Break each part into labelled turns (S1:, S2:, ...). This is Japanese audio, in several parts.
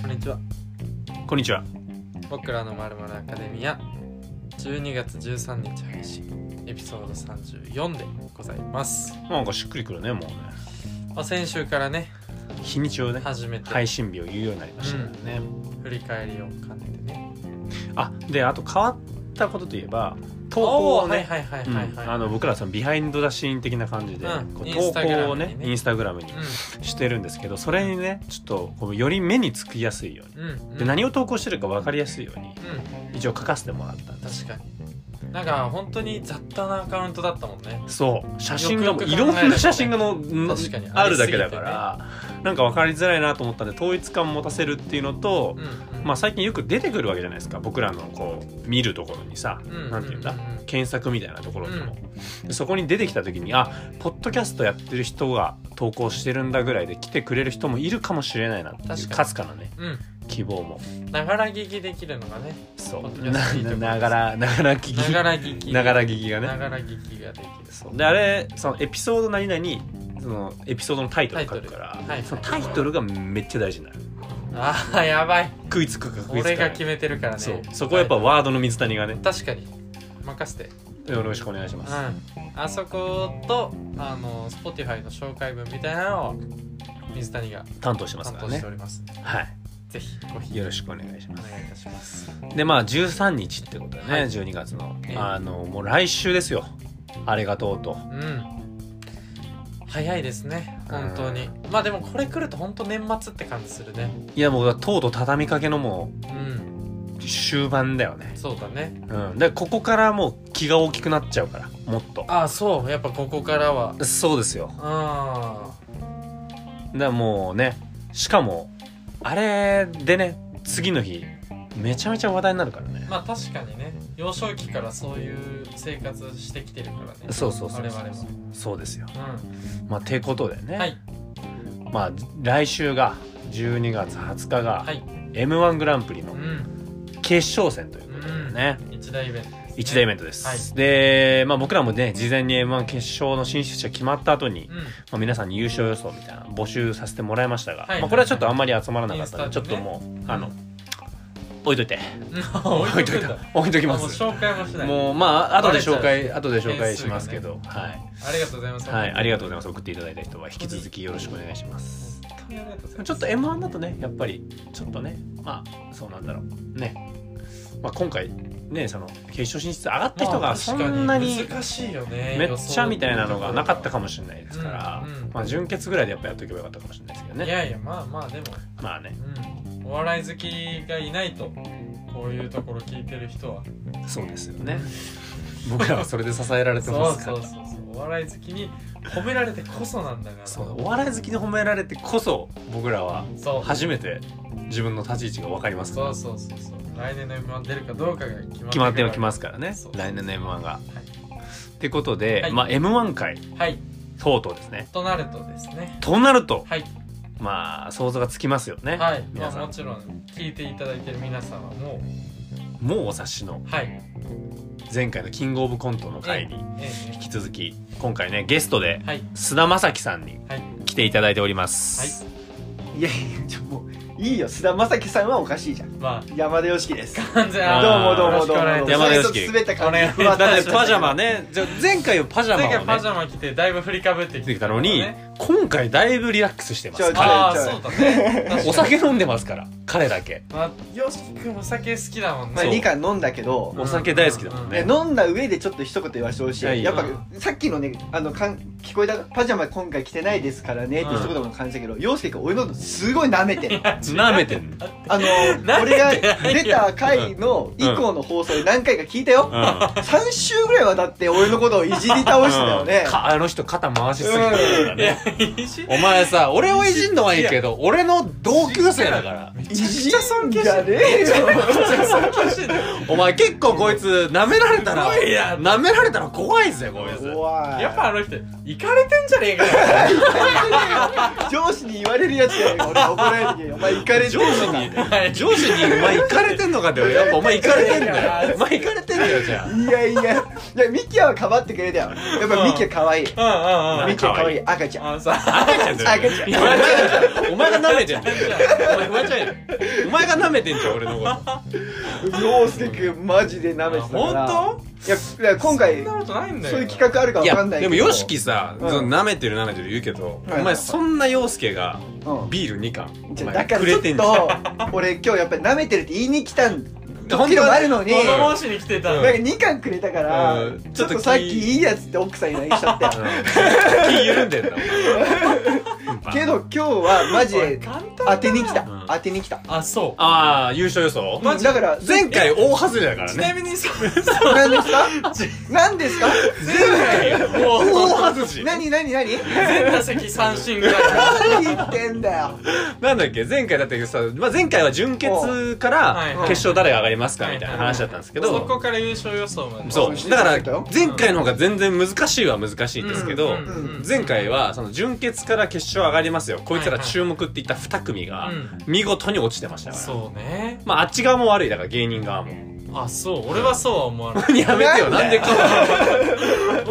S1: こんにちは。
S2: こんにちは。
S1: 僕らのまるまるアカデミア12月13日配信エピソード34でございます。
S2: なんかしっくりくるね、もうね。
S1: まあ、先週からね
S2: 日にちをね、
S1: 初めて
S2: 配信日を言うようになりましたからね。
S1: 振り返りを兼ねてね。
S2: あ、で、あと変わったことといえば、投稿
S1: お
S2: を
S1: ーはい
S2: ね、
S1: はいはいは
S2: う
S1: いはい。
S2: んあの僕らそのビハインドダシーン的な感じで、
S1: うん
S2: こう
S1: イン
S2: 投
S1: スタグラ
S2: 稿
S1: ム
S2: を
S1: にね
S2: ねインスタグラムにしてるんですけど、それにねちょっとこうより目につきやすいように、
S1: うんうんうん
S2: で何を投稿してるか分かりやすいように
S1: うん
S2: 一応書かせてもらったんです
S1: 確かになんか本当に雑多なアカウントだったもんね
S2: そう写真がもう
S1: よ
S2: い
S1: くよく
S2: ろ
S1: 考えるとね
S2: んな写真がもう
S1: 確かに
S2: あるだけだから、なんか分かりづらいなと思ったんで統一感持たせるっていうのと、
S1: うんうん
S2: まあ、最近よく出てくるわけじゃないですか僕らのこう見るところにさ、なんていうんだ検索みたいなところにも、でそこに出てきた時にあポッドキャストやってる人が投稿してるんだぐらいで来てくれる人もいるかもしれないなってい
S1: 確
S2: う
S1: かに
S2: かすかなね
S1: うん
S2: 希望も
S1: ながら聞きできるのがね
S2: そ
S1: ポッド
S2: う
S1: キャストいいとこで
S2: な
S1: す
S2: ながらながら聞
S1: なが
S2: き
S1: ら聞き
S2: ながら聞きが
S1: な
S2: ね
S1: がら聞きができる
S2: そうであれそのエピソード何々そのエピソードのタイトル書くから
S1: タイトルはい
S2: そのタイトルがめっちゃ大事になる
S1: ああやばい
S2: 食いつくか食いつか
S1: 俺
S2: な
S1: が
S2: い
S1: 決めてるからね
S2: そうそこはやっぱワードの水谷がね
S1: 確かに任せて
S2: よろしくお願いします、
S1: うんあそことあの Spotify の紹介文みたいなのを水谷が
S2: 担当してます
S1: 担
S2: から
S1: 当して
S2: ね
S1: おります
S2: はい
S1: ぜひごひ
S2: よろしくお願いしま
S1: お
S2: す
S1: 願いいたします
S2: でまあ13日ってことでね、
S1: はい
S2: 12月の、
S1: ええ
S2: あのもう来週ですよあれがとうと
S1: うん早いですね本当にまあでもこれ来ると本当年末って感じするね
S2: いやもうとうとう畳みかけのも
S1: うん
S2: う終盤だよね
S1: そうだね
S2: うんでここからもう気が大きくなっちゃうからもっと
S1: ああそうやっぱここからは
S2: そうですよ
S1: あ
S2: だからもうねしかもあれでね次の日めちゃめちゃ話題になるからね、
S1: あまあ確かにね幼少期からそういう生活してきてるからね
S2: そうそうそう
S1: 我々も
S2: そうですよ
S1: う
S2: まあてことでね、
S1: んはい
S2: まあ来週が12月20日が
S1: はい、
S2: m 1グランプリ
S1: う
S2: の
S1: ん、
S2: 決勝戦ということでね、
S1: 一大イベントですね、
S2: 一大イ
S1: ベン
S2: ベントです、
S1: はい
S2: で、まあ、僕らもね事前に m 1決勝の進出者決まった後に、
S1: うん
S2: まあ、皆さんに優勝予想みたいなの募集させてもらいましたが、
S1: はいはい
S2: まあ、これはちょっとあんまり集まらなかった
S1: イ
S2: の
S1: ンス
S2: で、
S1: タ
S2: ち
S1: で
S2: ょ
S1: ね
S2: っともうあの、
S1: うん
S2: 置いといて
S1: 置いとくんだ
S2: た 置いとき
S1: あもう
S2: ます
S1: 紹介もしない
S2: もうまあ後で紹
S1: バレ
S2: 介後で紹介しますけど、はい、
S1: ありがとうございます
S2: はい、ありがとうござい
S1: ま
S2: ます送っていただいた人は引き続きよろしくお願いします
S1: 本当にありがとうございます
S2: ちょっと m 1だとねやっぱりちょっとねまあそうなんだろうね、まあ、今回ねその決勝進出上がった人
S1: ま
S2: が
S1: あ
S2: そ
S1: 確か
S2: んなに
S1: 難しいよね
S2: めっちゃみたいなのがなかったか
S1: も
S2: もしれないですから、
S1: うんうん
S2: まあ、準決ぐらいでやっぱやっとけばよかったかもしれないですけど
S1: い
S2: ね
S1: やいやまあまあでも、
S2: まあね
S1: うん、お笑い好きがいないとこういうところ聞いてる人は
S2: そうですよ ね僕らはそれで支えられて
S1: そ
S2: ま
S1: う
S2: すか
S1: そう
S2: ら
S1: そうそうお笑い好きに褒められてこそなんだから
S2: そうお笑い好きに褒められてこそ僕らは
S1: そう
S2: 初めて自分の立ち位置が分かりますか
S1: そ
S2: ら
S1: うそうそうそう来年の M1 出るかどうかが決まって
S2: 決まってはきますからね
S1: そう
S2: 来年の m 1が。ってことで、
S1: はい
S2: まあ、m 1回
S1: はい
S2: とうとうですね
S1: となるとですね
S2: となると
S1: はい
S2: まあ想像がつきますよね、
S1: はい、ま
S2: 皆
S1: あ、
S2: さ
S1: も
S2: ん
S1: ちろん聞いていただいてる皆さんはも
S2: もうお察しの
S1: うはい
S2: 前回のキングオブコントの回に
S1: ええ
S2: 引き続き今回ねゲストで
S1: はい
S2: 菅田将暉さんに
S1: はい
S2: 来ていただいております、
S3: いやいやちょもういいよ菅田将暉さんはおかしいじゃん
S1: ま
S3: 山田芳樹ですど
S1: あじ
S2: あ
S1: ゃ
S2: ー
S1: あ
S3: うもどうもどうもどうも
S2: 山田芳樹
S3: 滑った感じでふわ
S2: だ
S3: っと
S2: って
S3: しましたけど
S2: パジャマねじゃあ前回はパジャマ
S1: 前
S2: を
S1: 回パジ
S2: ね
S1: ャマ着てだいぶ振りかぶってき
S2: 着て
S1: て
S2: きたのに、今回だいぶリラックスしてます
S3: ちょ
S2: 彼
S1: ああ
S3: ちょいちょ
S1: そ
S3: い
S1: うだね確かに
S2: お酒飲んでますから彼だけ
S1: まあよしくんお酒好きだもん
S3: まあ
S2: そう
S1: ね
S3: 2巻飲んだけど
S2: お酒大好きだもんね
S3: いや飲んだ上でちょっと一言言わせてほしい
S2: いやい
S3: や
S2: や
S3: っぱさっきのねあのかん聞こえたパジャマ今回着てないですからねって一言も感じたけど陽介君俺のことすごい舐めてる
S2: なめてんの、
S3: あの
S1: 舐め
S3: 俺
S1: て
S3: が
S1: ないよ
S3: 出た回の以降の放送で何回か聞いた
S2: う
S3: よ
S2: ん
S3: 3週ぐらいはだって俺のことをいじり倒してたよね
S2: うん かあの人肩回しすぎてるから
S1: いや
S2: ね、
S1: いじ
S2: お前さ俺をいじんのはいいけど俺の同級生だから
S3: いじんじゃねえよ
S2: お前結構こいつ舐められたら
S1: すごいな
S2: 舐められたら怖いぜこいつ
S3: 怖い
S1: やっぱあの人イかれてんじゃねえかよ
S3: 上司に言われるやつやよ俺怒られてけよお前い行かれて
S2: 上
S3: るの
S2: 司
S3: か
S1: はい
S2: に上司に「お前行かれてんのか」ってやっぱお前行かれてんだよお前行かれてんだよじゃあ
S3: いやいや、いや、ミキアはかばってくれたよ。やっぱミキア可愛い。ミ
S1: うんうんうん
S3: キア可愛い赤ちゃん。
S1: あさ
S2: 赤ちゃんだよ
S3: 赤
S2: お前がお前が舐めてんだよ
S1: お前ちゃんや
S2: お前が舐めてんじゃん俺のこと
S3: 陽介くんマジで舐めてたから。
S1: 本
S3: いや、いや今
S1: そん
S3: 回
S1: な、ことないんだよ
S3: そういう企画あるか
S2: い
S3: わか
S2: や
S3: んない
S2: で
S3: けど。
S2: もよしきさ
S3: うん
S2: 舐めてる舐めてる言うけど
S3: はい
S2: お前そんな陽介が
S3: うん
S2: ビール2缶
S3: じ
S2: お
S3: ゃ
S2: 前
S3: あだから
S2: く
S3: ち
S2: れ
S3: ょって
S2: んじゃん
S3: と、俺今日やっぱり舐めてるって言いに来たん、
S2: 本
S3: 本
S2: 当
S3: 当
S2: は
S3: は
S2: ね
S3: あるのに、
S1: 物
S3: なんか
S1: 申しに来てた
S2: うん
S3: 2巻くれたから
S2: うん、
S3: ちょっとさっき
S2: ちょっと
S3: いいやつって奥さんに LINE しちゃったよ。
S2: うん気緩ん でんだお前
S3: けど今日はマジ
S1: おい
S3: で
S1: 簡単だな
S3: 当てに来た
S2: うん。
S3: 当てに来た。
S1: あそ
S2: ああ優勝予想
S1: マジ
S3: だから、
S2: 前回大外れだか
S1: う
S2: ら
S1: ち
S2: ね
S1: なみにそう
S3: 何ですか何ですか
S1: 前回もう
S2: 大外し
S3: 何何何
S1: 全打席三振ぐらい
S3: 何言ってんだよ。
S2: なんだっけ前回だってさ、まあ、前回は準決か
S1: はい
S2: ら
S1: はい
S2: 決勝誰が上がりますか
S1: はい
S2: みたいな話だったんですけ
S1: そ
S2: ど
S1: こから優勝予想まで
S2: そ
S3: うん
S2: うだから前回の方が全然難しいは難しいんですけど
S1: うんうんうんうん
S2: 前回はその準決から決勝上がりますよこいつら注目って言った2組が
S1: うん
S2: 見事に落ちてましたから
S1: そうね
S2: まああっち側も悪いだから芸人側も
S1: あそう俺はそうは思わない
S2: やめてよな
S3: なんん
S2: で
S3: で
S2: かも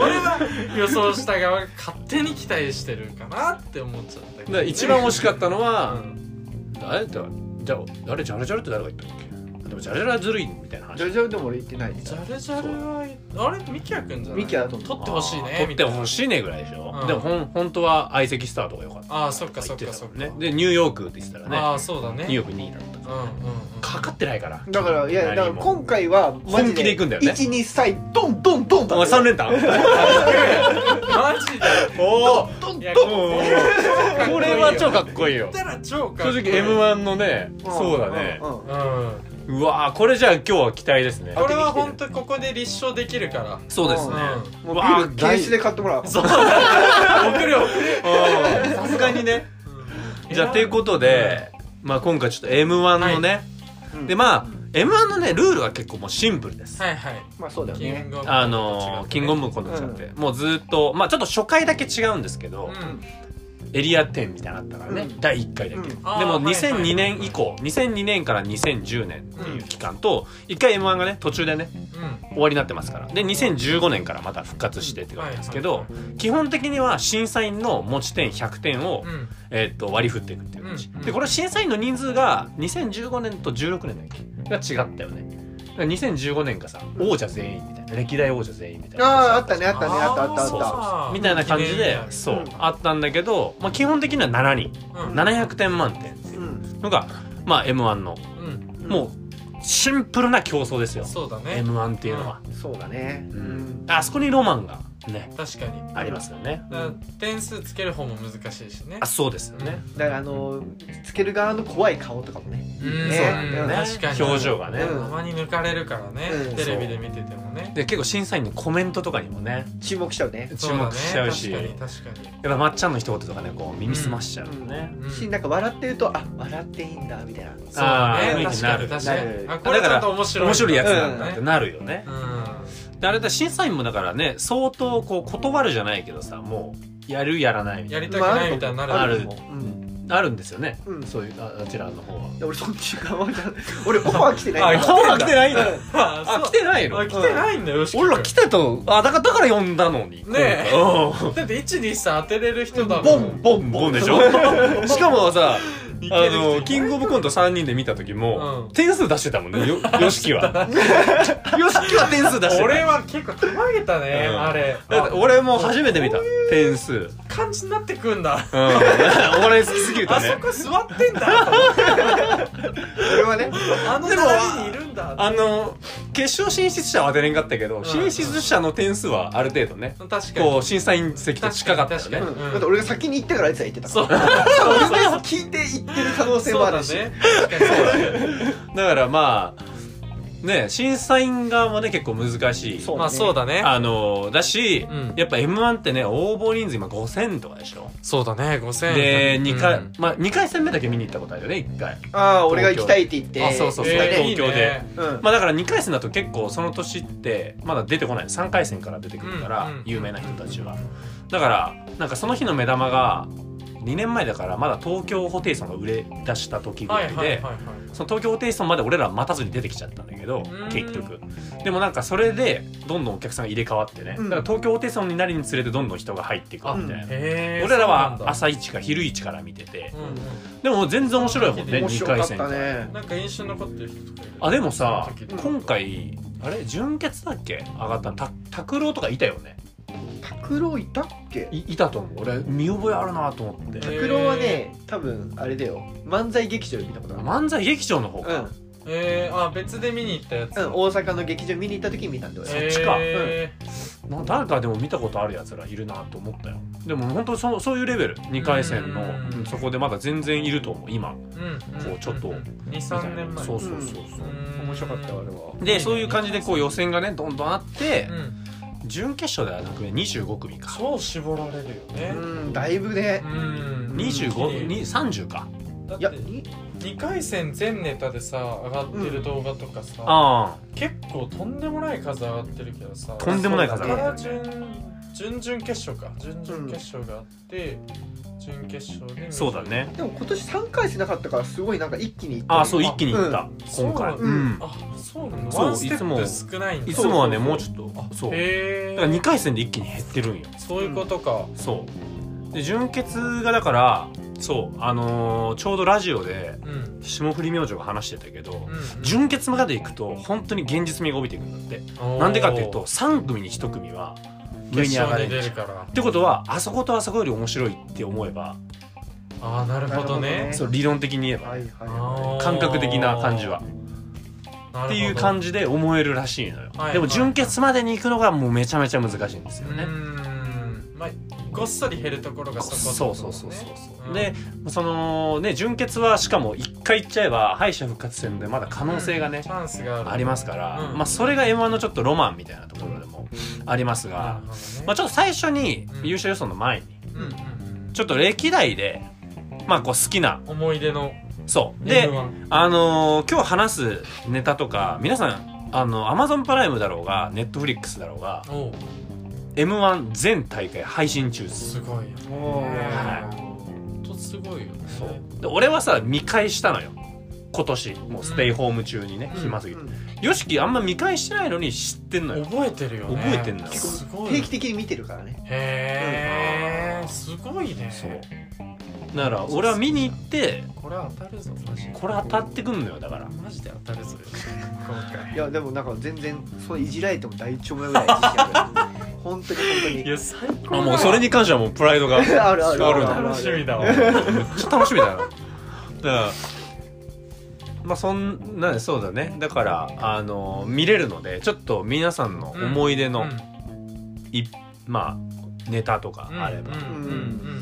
S1: 俺は予想した側が勝手に期待してるかなって思っちゃったけ
S2: だから
S1: ど
S2: 一番惜しかったの
S1: う
S2: は
S1: ん
S2: 誰だじゃあ誰ジャルジャルって誰が言ったっけでもジャルジャルはずるいみたいな話
S3: ジョジョでも俺言ってないです
S1: ジ。ャルジャルはあれミキヤくんじゃない
S3: ミキヤだと思う
S1: 取ってほしい
S2: あ
S1: ね
S2: ー取
S1: み
S2: って
S1: たいな
S2: ほしいねぐらいでしょ、
S1: うん
S2: でもほん本当は相席スターとかよかった
S1: あーそっかそっ
S2: 言
S1: か
S2: て
S1: そ
S2: た
S1: っ
S2: も
S1: か
S2: んねでニューヨークって言ってたらね
S1: ああそうだね
S2: ニューヨーク2位だった
S1: うんう んうん
S2: かかってないから
S3: だからいやだ
S2: 何
S3: から
S2: も
S3: 今回はマジ
S2: 本気で行くんだよね
S3: 1、2、3、ドンドンドンだ
S2: お前3連単
S1: マジで
S2: おお
S1: いや
S2: おーこれは超かっこいいよ
S1: 言ったら超か
S2: 正
S1: っこいい
S2: 直 m 1のね
S3: うん
S2: そうだね
S3: うんうん
S1: うん
S2: うわーこれじゃあ今日は期待ですね
S1: これは本当ここで立証できるから
S2: そう
S3: ですね
S1: う
S3: もう
S2: う
S3: ビ
S2: わ
S3: ー
S2: ー
S3: ル禁止で買ってもらおう。
S1: んそうだね送るよ送るよ
S2: うんさすがにねじゃあということで、まあ、今回ちょっと m 1のね、
S3: うん
S2: でまあ m 1のねルールは結構もうシンプルです、
S1: はいはい
S3: まあそうだよ
S1: キ
S3: ね
S1: ン。グオブコントと違ってね
S2: あのー、キングオブコントちゃって、もうずーっとまあちょっと初回だけ違うんですけど、
S1: うん
S2: エリア10みたいなのあったからね、
S3: うん
S2: 第1回だけ、
S3: うん
S2: でも
S1: あーはいはい
S2: 2002年以降、2002年から2010年っていう期間と、1回 m 1がね途中でね
S1: うん
S2: 終わりになってますからで2015年からまた復活してって感じなんですけど、
S1: はいはい
S2: 基本的には審査員の持ち点100点を、
S1: うん
S2: えーっと割り振っていくっていう感じ、
S1: うんうん
S2: でこれ審査員の人数が2015年と16年だっけが違ったよねだから2015年がさ王者全員みたいな歴代王者全員みたい
S3: あ
S2: な
S3: ああったねあったねあったあった
S2: そうそう
S3: あっ
S2: みたいな感じでそう、
S3: うん
S2: あったんだけど、まあ、基本的には7人
S1: うん
S2: 700点満点って
S3: た。
S2: いううんのが、まあ、m 1の、
S1: うん
S2: もうシンプルな競争ですよ
S1: そうだね
S2: m 1っていうのは、
S3: うんそうだね。
S2: うんあそこにロマンがね
S1: 確かに
S2: ありますよね、
S1: だから点数つける方も難しいしね
S2: あそうですよね、
S3: だからあのつける側の怖い顔とかもね。
S1: うん
S3: ね
S1: そうなんだよね
S2: ね
S1: 確かに
S2: 表情がね、
S3: う
S1: たまに抜かれるからね
S3: うん
S1: テレビで見ててもね
S2: で結構審査員のコメントとかにもね
S3: 注目しちゃうね。
S2: 注目しちゃうし
S1: そうだね確かに確かに
S2: やっぱまっちゃんの一言とかねこう耳すましちゃうね、
S1: うん
S3: しなんか笑ってるとあ笑っていいんだみたいな。
S1: そうだ
S2: あー
S1: ね確かに
S2: 雰
S3: 囲
S1: 確
S3: 気に
S1: か
S3: なる
S1: に
S3: な
S1: あこれちょっと面白い
S2: 面白いやつ
S3: だ
S2: なんだってなるよね
S1: う、ん
S2: であれだ審査員もだからね相当こう断るじゃないけどさもうやるやらないみた
S1: や
S2: い
S1: りたくないみたいになる
S2: なある
S3: と思うう
S2: な
S3: ん。
S2: あるんですよね、
S3: うん
S2: そういうああちらの方は。
S3: 俺そっち側じゃ俺オファー来てない。
S2: あオファー来てないんだ
S3: うん
S1: あ
S2: あ
S1: そ
S2: 来
S1: う
S2: てないの
S1: あ来てないんだよ吉木君
S2: 俺ら来たとあだからだから呼んだのに
S1: ねえ
S2: え
S1: だって123当てれる人だも
S2: ボ
S1: ん
S2: ンボンボンで しょしかもさ
S1: いけ
S2: あ
S1: る人
S2: のキングオブコント3人で見た時も、
S1: うん
S2: 点数出してたもんね よよしきはよしきは点数出してた
S1: 俺は結構たまげたね、
S2: うん
S1: あれ
S2: だって
S1: あ
S2: 俺も初めて見た点数、うん、
S1: 感じになってくんだ、
S2: お笑い好きすぎると
S1: あそ
S2: ね
S1: こ座ってんだと思って
S3: 俺はね。
S1: あの
S2: でも
S1: 並びにいるんだ
S2: あの決勝進出者は当てれんかったけど、
S1: ん
S2: 進出者の点数はある程度ね、
S1: 確かに
S2: こう審査員席と近かったよ
S1: 確
S2: ね
S1: かに
S3: う
S1: 確か
S3: んだって俺が先に行ったからあいつは言ってた。。
S1: そううそ
S3: 俺が聞いて行ってる可能性も
S1: う
S3: あ
S1: だ
S3: るし。
S1: ね確かにそうだね
S2: だからまあね審査員側もね結構難しい
S3: そう
S1: まあそうだね
S2: あのだし、
S1: うん
S2: やっぱ m 1ってね応募人数今5000とかでしょ
S1: そうだね5000円
S2: で2回、
S1: うん
S2: まあ、2回戦目だけ見に行ったことあるよね1回
S3: ああ俺が行きたいって言って。
S2: あそうそうそう
S1: えー
S2: 東京で
S1: いいね
S3: うん。
S2: まあだから2回戦だと結構その年ってまだ出てこない3回戦から出てくるから、
S1: うんうん
S2: 有名な人たちはだからなんかその日の目玉が2年前だからまだ東京ホテイソンが売れ出した時ぐ
S1: は
S2: ら
S1: い
S2: いで、
S1: はいはいはい
S2: その東京ホテイソンまで俺ら待たずに出てきちゃったんだけど
S1: うん
S2: 結局でもなんかそれでどんどんお客さんが入れ替わってね、
S3: うん
S2: だから東京ホテイソンになりにつれてどんどん人が入ってくるみたいな、
S1: へー
S2: 俺ら
S1: そうなん
S2: は
S1: だ
S2: 朝一か昼一から見てて
S1: うんうん
S2: でも全然面白いもんね
S3: 面
S2: 2
S3: 白か
S2: 回
S3: っ
S2: 戦
S3: たね
S1: なんか印象に残ってる人とかいる
S2: あでもさ
S1: その時の
S2: 今回あれ純潔だっけ上がったのた拓郎とかいたよね
S3: 拓郎いたっけ
S2: いいたと思う俺見覚えあるなと思って、
S1: え
S3: 拓郎はね多分あれだよ漫才劇場で見たことある
S2: 漫才劇場の方
S3: う
S2: か、
S3: ん、
S1: えー、あ別で見に行ったやつ、
S3: うん、大阪の劇場見に行った時に見たんだよ俺
S2: そっちか
S1: えー
S2: な誰かでも見たことあるやつらいるなと思ったよでも本当そそういうレベル2回戦の
S1: うん
S2: うんそこでまだ全然いると思う今み
S1: うん
S2: こうちょっとたいな
S1: 23年前
S2: そうそうそうそううん
S3: 面白かったよあれは
S2: でそういう感じでこう予選がねどんどんあって
S1: うん
S2: 準決勝ではなくね25組か
S1: そう絞られるよね
S3: うんだいぶね
S1: うん
S2: 25に30か
S1: だっ
S3: いや
S1: て2回戦全ネタでさ上がってる動画とかさ、
S2: あ
S1: 結構とんでもない数上がってるけどさ
S2: とんでもない数
S1: 上
S2: 上
S1: が
S2: が
S1: っ
S2: ってて
S1: る
S2: る
S1: から準準々決勝か準々決勝があって、準決勝で
S2: あそうだね
S3: でも今年3回しなかったからすごいなんか一気に行ったよ
S2: ああそう一気にいった
S1: そう
S2: 今回
S1: なん
S3: だ
S2: うん
S1: あそうなの
S2: そう
S1: ワンステップ少ないんだ
S2: いつもはね
S3: そうそうそう
S2: もうちょっとそうだ
S1: へ
S2: から2
S1: え
S2: 回戦で一気に減ってるんよ
S1: そういうことか、
S2: そうで純潔がだからそうあのーちょうどラジオで
S1: うんうん
S2: 霜降り明星が話してたけど
S1: うん
S2: 純潔まで行くと本当に現実味が帯びてくるんだってなんでかっていうと3組に1組は上に
S1: 決
S2: 上が
S1: 勝
S2: れ
S1: に
S2: る
S1: 出
S2: っ
S1: るから
S2: てことはあそことあそこより面白いって思えば
S1: ああなるほどね
S2: そう理論的に言えば
S3: はいはいは
S1: あー
S2: 感覚的な感じは
S1: なるほど
S2: っていう感じで思えるらしいのよ
S1: はい
S2: でも純潔までに行くのがもうめちゃめちゃ難しいんですよ
S1: う
S2: ね
S1: んまあごっそり減るところがそこって
S2: そ
S1: こ
S2: う
S1: と
S2: そ
S1: ね
S2: うそうそう、
S1: うん
S2: でそのね純潔はしかも1回行っちゃえば敗者復活戦でまだ可能性がね
S1: チ、ャンスがある
S2: ありますから、
S1: うん
S2: まあそれが m 1のちょっとロマンみたいなところでもあります
S1: なる
S2: が
S1: ほ、どね
S2: まあ、ちょっと最初に
S1: うん
S2: 優勝予想の前に
S1: うんうん
S2: ちょっと歴代でまあこう好きな
S1: うん思い出の
S2: そうで
S1: M1
S2: あのー今日話すネタとか皆さんあの Amazon プライムだろうが Netflix だろうが
S1: おう
S2: m 1全大会配信中です
S1: すごいよ
S3: いお
S1: は
S3: ー
S1: ほんとすごいよね
S2: そうで俺はさ見返したのよ今年もうステイホーム中にね、
S1: うん
S2: 暇すぎ
S3: う
S2: て、
S3: ん
S2: よしきあんま見返してないのに知ってんのよ
S1: 覚えてるよね
S2: 覚えてんのよ
S1: すごい
S3: 定期的に見てるからね
S1: へえすごいね
S2: そうだから俺は見に行って
S1: これ当たるぞマジで
S2: これ当たってくんのよだから
S1: マジで当たるぞよ今回
S3: いやでもなんか全然そういじられても大丈夫なぐらい自信ある本当に本当に
S1: や最高
S2: あもうそれに関してはもうプライドが
S3: あるあるある
S2: ある
S1: 楽しみだわ
S2: めっちゃ楽しみだなだからまあそんなそうだねだからあの見れるのでちょっと皆さんの思い出の、いまあネタとかあれば、
S1: うんうん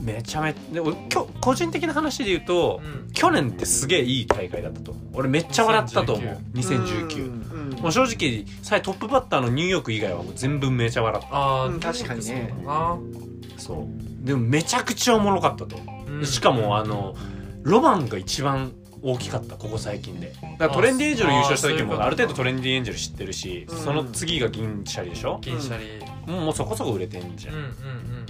S2: めちゃめちゃで俺今日個人的な話で言うと、
S1: うんうんうん
S2: 去年ってすげえいい大会だったと思う俺めっちゃ笑ったと思う2019
S3: うん
S2: もう正直最トップバッターのニューヨーク以外はもう全部めちゃ笑っ
S1: あ
S3: う
S1: ー
S3: ん確かにね
S1: そうだな
S2: たそうでもめちゃくちゃおもろかったと思
S1: う
S2: うんでしかもあのロマンが一番大きかったここ最近でだからトレンディエンジェル優勝した時
S1: あーそういうこと
S2: も
S1: か
S2: ある程度トレンディエンジェル知ってるし
S3: うん
S2: その次が銀シャリでしょ
S1: 銀シャリ
S2: もうもうそこそこ売れてんじゃ
S1: うん
S2: ん
S1: うんうん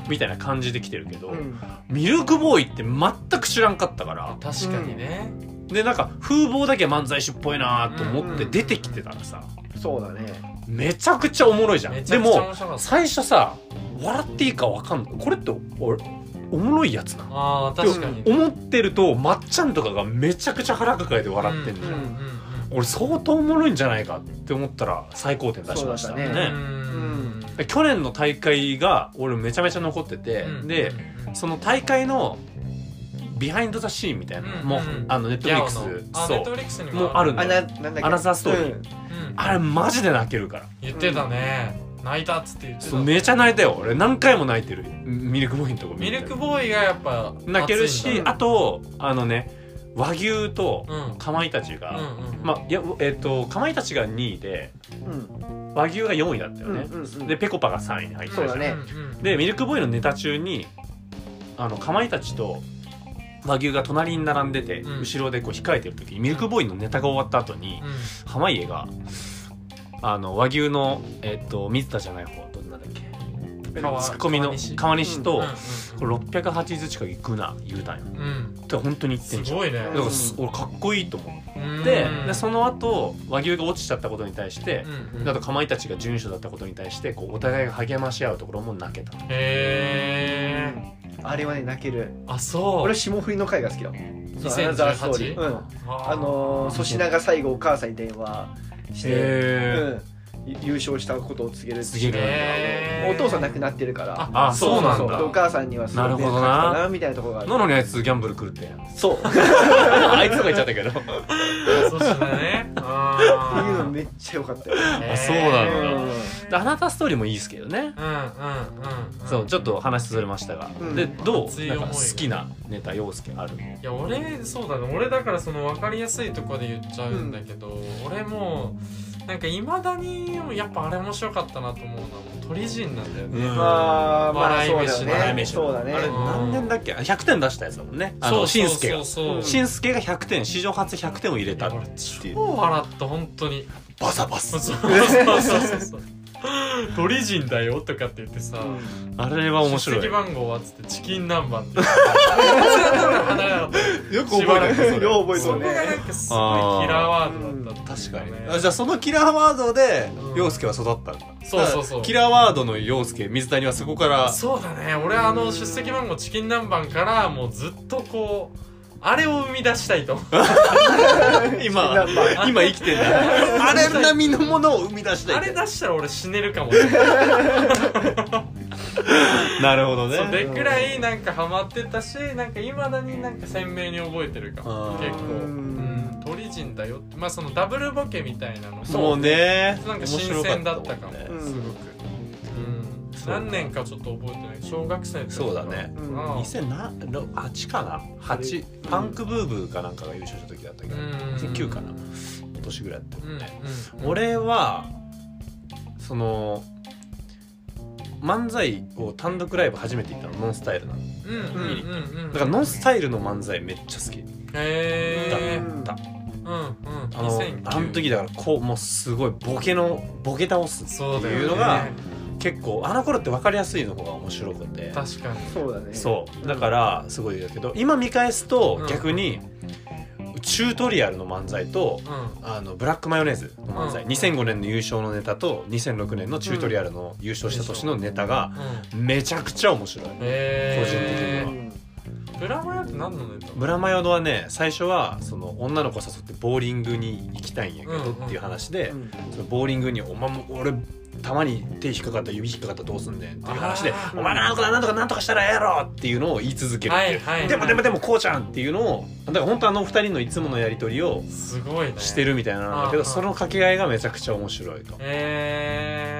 S2: みたいな感じで来てるけど
S3: うん
S2: ミルクボーイって全く知らんかったから
S1: 確かにね
S2: でなんか風貌だけ漫才師っぽいなと思って出てきてたらさ
S3: そうだね
S2: めちゃくちゃおもろいじゃ
S1: め
S2: ん
S1: ちゃ
S2: で
S1: くちゃ
S2: も
S1: 面白かった
S2: 最初さ笑っていいかわかんないこれっておおもろいやつなの
S1: あー確かに
S2: 思ってるとまっちゃんとかがめちゃくちゃ腹抱えて笑ってんじゃん、
S1: ううん
S2: 俺相当おもろいんじゃないかって思ったら最高点出しました
S3: そうだ
S2: ね
S3: った
S1: うんうん
S3: ね
S2: で去年の大会が俺めちゃめちゃ残ってて、
S1: うん
S2: でその大会のビハインド・ザ・シーンみたいなの
S1: う
S2: も、
S1: んうん
S2: あのネットフリックス
S1: あ
S2: そ
S1: ネ
S2: う
S1: ットフリックスに
S2: も
S1: も
S2: うある
S3: あななんだっけ
S2: アナザーストーリー
S3: うん
S1: うん
S2: あれマジで泣けるから
S1: 言ってたね泣いたっつって言ってた
S2: そうめちゃ泣いたよ俺何回も泣いてるミルクボーイのとこ
S1: ミ
S2: 見て
S1: ルクボーイがやっぱ
S2: 泣ける
S1: 熱い
S2: し
S1: んだ
S2: あとあのね和牛と
S1: うん
S2: かまいたち
S1: うん
S2: が、
S1: うんうん
S2: まあいやえっ、とかまいたちが2位で
S3: うん
S2: 和牛が4位だったよ
S3: うん
S2: ね、
S3: うん
S2: でぺこぱが3位に入ってた
S3: そう
S2: じゃ
S3: だ
S2: ん、
S3: ね
S1: うんうん
S2: でミルクボーイのネタ中にあのかまいたちと和牛が隣に並んでて、
S1: うん
S2: 後ろでこう控えてる時にミルクボーイのネタが終わった後に、
S1: う
S2: 濱家があの和牛の、えっと水田じゃない方どんなんだっけ
S1: ん川
S2: ツッコミの
S1: 川西
S2: 川西
S1: う
S2: と
S1: ん、
S2: これ680近く行くな言うたんよ
S1: うんうん
S2: って本当に言って
S1: す
S2: んじゃん
S1: ごいね
S2: だからす俺かっこいいと思って、
S1: うん
S2: でその後和牛が落ちちゃったことに対して
S1: う、んうん
S2: あとかまいたちが準優勝だったことに対してこうお互いが励まし合うところも泣けた
S1: へえ
S3: あれはね泣ける
S1: あそう
S3: 俺霜降りの回が好きだもんそうアナザーストーリー
S1: 2018?
S3: うん
S1: あ
S3: あのー粗品が最後お母さんに電話して、
S2: へ
S3: うん、優勝したことを告げるって
S2: 告げる
S1: へー
S3: お父さん亡くなってるから
S2: あそうなんだ
S3: でお母さんにはすごい迷惑かけ
S2: なるほど
S3: たなみたいなところがあ
S2: ー
S3: る
S2: なのにあいつギャンブル狂ってん
S3: そうっ て
S2: あいつとか言っちゃったけ ど
S1: そうしね
S3: いうの
S1: あ
S3: めっちゃ良かったよ、
S1: ー
S2: あそうな
S3: うん
S2: だ
S3: ん
S2: あなたストーリーもいいですけどね
S1: うんうんうんん
S2: そうちょっと話それましたが、
S3: うん
S2: でどう
S1: 熱い
S2: な
S1: 思
S2: ん
S1: い
S2: か好きなネタ陽介ある
S1: いや俺そうだね俺だからその分かりやすいとこで言っちゃうんだけど、俺もうなんかいまだにやっぱあれ面白かったなと思うのはもう鳥人なんだよね、
S2: うん
S3: まあまあ
S1: 笑い
S3: そう
S1: 飯
S3: だ
S2: 笑
S3: よ
S2: い
S3: ね
S2: 飯
S3: そうだね
S1: あれ
S3: うん
S2: 何点だっけあ100点出したやつだもんねあのしんすけが
S1: そうそうそうう
S3: そ
S1: そう
S2: しんすけが100点史上初100点を入れた
S1: いや俺
S2: っていう
S1: 超笑った本当に
S2: バサバ
S1: そう
S2: ス
S1: そうそうそうそう鳥人だよとかって言ってさ、
S2: あれは面白
S1: 出 席
S2: い
S1: 番号はっつってチキン南蛮って 言ってたく
S2: よ
S1: 覚えてる
S3: それよう覚えて
S1: そ
S3: る
S1: こ
S3: ね
S1: がなんかすごいキラーワードだったっていう
S2: 確かに、
S1: ね
S2: あじゃあそのキラーワードで
S1: うん
S2: 陽介は育ったんだ
S1: そうそうそう
S2: だからキラーワードの陽介水谷はそこから
S1: そうだね俺はあの出席番号チキン南蛮からもうずっとこうあれを生み出したいと思って
S2: 今
S3: チキン南
S2: 今生きてんだあれ並みのものを生み出したい
S1: あ
S2: って
S1: れ出したら俺死ねるかもねそ
S2: なるほどね
S1: うでくらいなんかハマってたしなんかいまだになんか鮮明に覚えてるかも
S2: あー
S1: 結構うん鳥人だよってまあそのダブルボケみたいなのも
S2: もうね
S1: なんか新鮮だったかも
S2: 面白
S1: す
S2: か
S1: ご
S2: っ
S1: く
S3: ん
S1: うん
S2: そう
S1: 何年かちょっと覚えてない小学生の時
S2: そうだね
S1: うん
S2: たもん2008かな8パンクブーブーかなんかが優勝した時だったけど
S1: うん
S2: 2009かな今年ぐらいやって
S1: う
S2: る
S1: んうん
S2: も
S1: ん
S2: ね俺はその漫才を単独ライブ初めて行ったのノンスタイルなの
S1: うんうんうんうん
S2: だからノンスタイルの漫才めっちゃ好き
S1: へえ
S2: だった
S1: うんうん
S2: あの
S1: 2009
S2: あの時だからこうもうすごいボケのボケ倒す
S1: そう
S2: って
S1: だ
S2: いう
S1: よ
S2: のが
S1: ね
S2: 結構あの頃って分かりやすいの方が面白くて
S1: 確かに
S3: そうだね
S2: そうだからすごいだけど今見返すと
S1: うん
S2: 逆にチュートリアルの漫才と
S1: う
S2: あのブラックマヨネーズの漫才
S1: うん
S2: 2005年の優勝のネタと2006年のチュートリアルの優勝した年のネタが
S1: んうん
S2: めちゃくちゃ面白い
S1: へ
S2: 個人
S1: え
S2: 的
S1: ブラマヨって何のネタ
S2: ブラマヨのはね最初はその女の子誘ってボーリングに行きたいんやけどっていう話で
S3: うん
S2: そのボーリングに「お前も俺たまに手引っかかった指引っかかったらどうすんねん」っていう話で
S1: あ
S2: 「
S1: ー
S2: お前なんとかなんとかなんとかしたらええやろ!」っていうのを言い続けるって
S1: はいいうはいはい
S2: でもでもでもこうちゃんっていうのをだから本当あの二人のいつものやり取りを
S1: すごいね
S2: してるみたいなんだけ
S1: う
S2: ど
S1: ん
S2: その掛け合いがめちゃくちゃ面白いと
S1: へ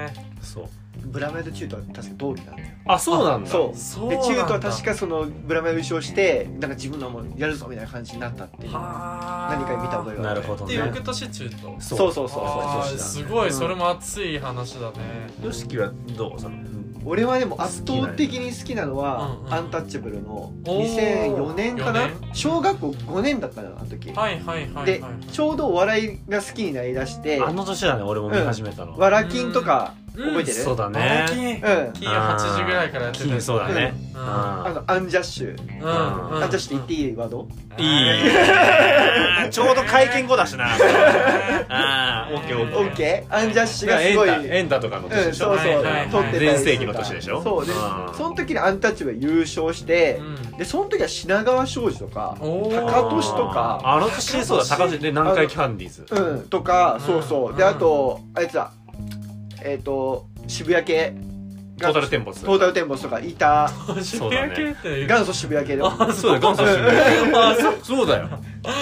S1: え
S2: そう
S3: ブラマヨとチュートは確か同期なんだよ
S2: あそうなんだ
S3: そう
S1: そう
S3: で
S1: なんだ
S3: チュートは確かそのブラマヨ優勝してなんか自分のもんやるぞみたいな感じになったっていう何
S1: はあ
S3: か見た覚えがあ
S2: なるほど
S1: で
S2: ね
S1: 翌年中と
S2: そ
S3: そうそうそう
S1: あ
S3: そ
S1: ー
S3: うそう
S1: すごい
S3: うん
S1: それも熱い話だね
S2: よしきはどうその
S3: 俺はでも圧倒的に好きなのは
S1: うんう
S3: 「
S1: ん
S3: アンタッチャブル」の
S1: おー
S3: 2004年かな
S1: 4
S3: 小学校5年だったのよあの時
S1: はいはいはいはい
S3: でちょうどお笑いが好きになりだして
S2: あの年だね俺も見始めたの
S3: わらきんとか覚えてる
S2: そうだ
S1: ね
S2: ね
S3: うん
S1: 金8時ぐらいからやってたや
S2: 金
S1: つ
S2: そうだね
S1: うん
S3: あ
S2: あ
S3: のアンジャッシュ
S1: うんうん
S3: アンジャッシュって言っていいワード
S2: いい ちょうど会見後だしなああオッケーオッケー
S3: オッケーアンジャッシュが
S2: エ
S3: す
S2: ン
S3: ごい
S2: タエンタとかの年
S3: うん
S2: でしょ、
S3: そうそう
S1: はいはいはい
S3: 撮ってた
S2: 全盛期の年でしょ
S3: そうで
S2: うん
S3: その時にアンタッチャブル優勝して
S1: うん
S3: でその時は品川庄司とか
S1: おー
S3: 高俊とか
S2: あの年そうだ高俊で南海キャンディーズ
S3: うんとか
S1: うん
S3: そうそう
S1: う
S3: で
S1: ん
S3: あとあいつだえっと渋谷系
S2: トータルテンボス
S3: トータルテンボスとかいた
S1: 渋谷系って
S3: 元祖渋谷系で
S1: あ
S2: そうだよ元祖渋谷あそうそうだよ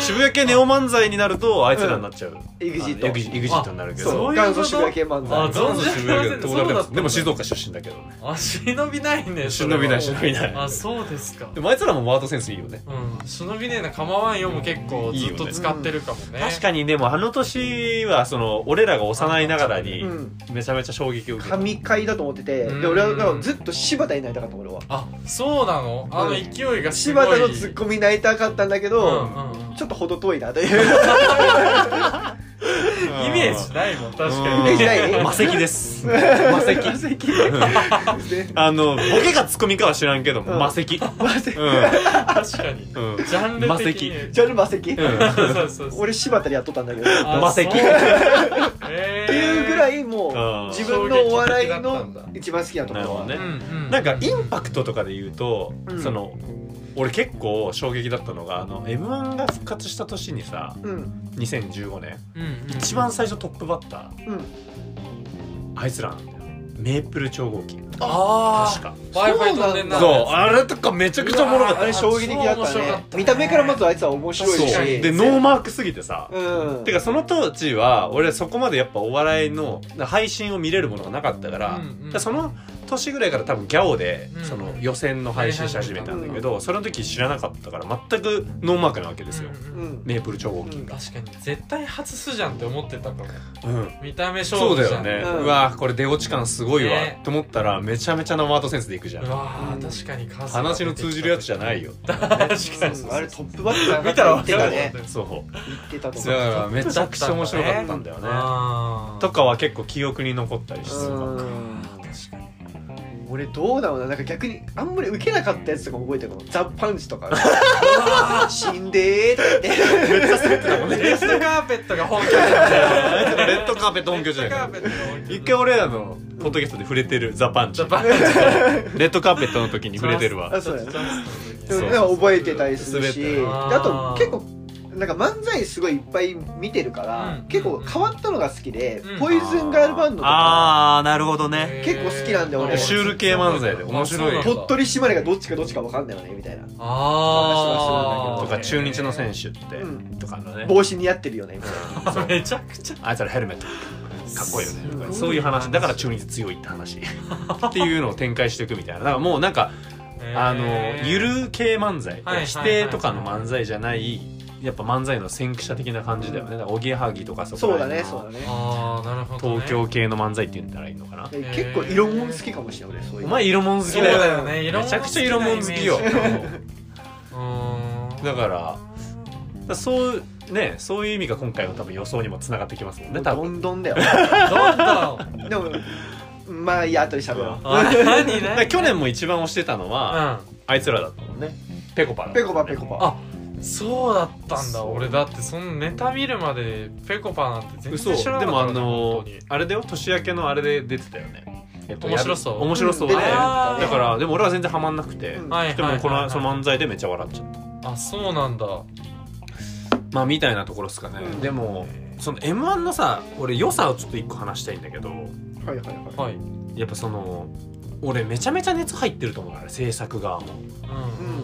S2: 渋谷系ネオ漫才になるとあいつらになっちゃう、
S3: エグジット
S2: エグジエグジットになるけど
S1: そういうこと
S3: 元祖渋谷系漫
S1: あ
S3: 才
S1: そう
S2: 元祖渋谷系トータルテンボスでも静岡出身だけどね
S1: あ忍びないねそれ
S2: 忍
S1: は
S2: びない忍びない
S1: あそうですか
S2: でもあいつらもワードセンスいいよね
S1: うん忍びねえな構わんよも結構ずっと使ってるかもね
S2: 確かにでもあの年はその俺らが幼いながらに
S3: うん
S2: めちゃめちゃ衝撃を受けた
S3: 神回だと思ってて
S1: うん
S3: で俺はだからずっと柴田になりたかった俺は
S1: あそうなのあの勢いがすご
S3: 柴
S1: い
S3: 田のツッコミになりたかったんだけ
S1: うんう
S3: ど
S1: んうん
S3: ちょっと程遠いなという
S1: 意味メージないもん確か
S2: うん
S1: に
S3: イメージない
S2: 魔石です。魔
S3: マセ
S2: 石
S3: キ。マセキ。
S2: あの、ボケかツッコミかは知らんけど、
S3: ん
S2: 魔石。
S3: マセキ。
S2: う
S1: 確かに
S2: ん。うん。
S1: ジャンル
S2: 魔
S1: 的
S2: 石
S1: に
S3: ジャンルマセキ。
S2: うん
S1: そうそうそう
S3: 俺柴田でやっとったんだけど。
S1: あ
S2: 魔石
S1: そうえー
S3: っていうぐらい
S2: うん
S3: もう自分のお笑い
S1: 衝撃的だったんだ
S3: の一番好きなところは
S2: なる
S1: う
S2: ほどね
S1: んう
S2: なんかインパクトとかで言うと、
S3: うん
S2: その俺結構衝撃だったのがあの m 1が復活した年にさ
S3: うん
S2: 2015年
S1: うんうん
S2: 一番最初トップバッター
S3: うん
S2: あいつらなんだよメープル超合金
S1: あ
S2: 確か
S1: あワイファイ飛んでん
S3: あ
S1: な
S3: ー
S2: そうあれとかめちゃくちゃおもろかっ
S3: あ
S2: た
S3: れ衝撃的だった
S1: そう面白かっ
S3: ね
S1: たね
S3: 見た目からまずあいつは面白い
S2: そう
S3: し
S1: 確かに
S2: でノーマークすぎてさ、
S3: うん
S2: てかその当時は俺そこまでやっぱお笑いの配信を見れるものがなかったから,、
S1: うんうん
S2: その年ぐらいから多分ギャオで
S1: うん
S2: その予選の配信し始めたんだけど、その時知らなかったから全くノーマークなわけですよ、
S1: うんうん
S3: うん
S2: メープル超合金が、
S1: 確かに絶対外すじゃんって思ってたかも
S2: うん
S1: 見た目勝
S2: そう
S1: 負
S2: だ
S1: じゃ
S2: よ
S1: ん
S2: ね、う
S3: うん
S2: わこれ出落ち感すごいわ、
S1: ね
S2: と思ったらめちゃめちゃなワードセンスでいくじゃん、
S1: うわ
S3: うん
S1: ー確かに感想が出て
S2: 話
S1: きた
S2: の通じるやつじゃないよ
S1: 確かに
S3: うんあれトップバッターが
S1: 見たらわか
S3: 言
S1: る
S3: っ
S1: もん
S3: てたね
S1: ね
S2: そう
S3: 言ってたと
S2: だ
S3: か
S2: からめちゃくちゃ面白かったんだよね
S1: あー
S2: とかは結構記憶に残ったりしそううだ
S3: ん
S1: 確かに
S3: 俺どうだろうななんか逆にあんまり受けなかったやつとかも覚えてるのザ・パンチと か死んでーとか言って
S2: めっちゃ滑ってたもんね
S1: レッドカーペットが本拠地なんだよ
S2: あいつらレッドカーペット音響じゃ
S1: レッドカ
S2: な
S1: ーペ
S2: い
S1: ットが本拠地
S2: 一回俺らのポッドキャストで触れてるザ・パンチ
S1: ザパンチ
S2: レッドカーペットの時に触れてるわ
S3: あそうだね
S2: そ
S3: で
S2: う
S3: もなんか覚えてたりするし
S2: 滑
S3: で
S2: った
S1: な
S3: あと結構なんか漫才すごいいっぱい見てるから、
S1: うん
S3: 結構変わったのが好きで、
S1: うん
S3: ポイズンガールバンドとか
S2: ああなるほどね
S3: 結構好きなんだよ俺
S2: シュール系漫才で面白
S1: あ
S2: い
S1: そうなん
S3: 鳥
S1: だ
S3: 取島根がどっちかどっちか分かんないよねみたいな、
S1: あー
S2: とか中日の選手っ
S3: う
S2: てとかのね
S3: 帽子似合ってるよねみた い
S2: そう
S1: めちゃくちゃ
S2: あいつらヘルメットかっこいいよ
S1: すご
S2: ねそういう話だから中日強いっ て話っていうのを展開していくみたいなだからもうなんかあのゆる系漫才
S1: はいはい
S2: 否定とかの漫才じゃないやっぱ漫才の先駆者的な感じだよねだからおぎやはぎとかそ
S3: な
S2: こ
S3: そう
S2: ら辺
S3: だね
S2: の
S3: そうだね
S1: ああなるほどね
S2: 東京系の漫才って言ったらいいのかな
S3: で結構色もん好きかもしれない俺そういう
S2: お
S3: の
S2: 前色もん好き
S1: そう
S2: だよ
S1: だよね
S2: めちゃくちゃ色もん好きよ
S1: うーん
S2: だからだからそうねそういう意味が今回の多分予想にもつながってきますもんね多
S3: ど
S2: 分
S3: んど んだよ
S1: どんどん
S3: でもまあいいや後で喋ろう
S1: あ何
S2: だから
S1: ね
S2: 去年も一番推してたの
S1: う
S2: は、
S1: ん
S2: あいつらだったもんねペコパだった
S3: ペコ
S2: もん
S3: パ
S2: ね
S3: ペコ
S1: あ
S3: パ
S1: そうだったんだ
S2: そう
S1: 俺だってそのネタ見るまでぺこぱなんて全
S2: 嘘
S1: 然知らな
S2: でも
S1: か
S2: あ
S1: ったから
S2: の
S1: 本当に
S2: あれだよ年明けのあれで出てたよね、えっ
S1: 面白そう
S2: やる面白そうで、
S3: ん出て
S1: あー
S2: だ
S3: たね
S2: からでも俺は全然ハマんなくて、
S3: うん
S1: はい
S2: で
S1: はいはいは
S2: も
S1: い
S2: このその漫才でめっちゃ笑っちゃった
S1: あそうなんだ
S2: まあみたいなところですかね、
S3: うん
S2: でもその m 1のさ俺良さをちょっと一個話したいんだけど
S3: はいはいはい
S1: はいうん
S2: やっぱその俺めちゃめちゃ熱入ってると思うから制作側も
S3: う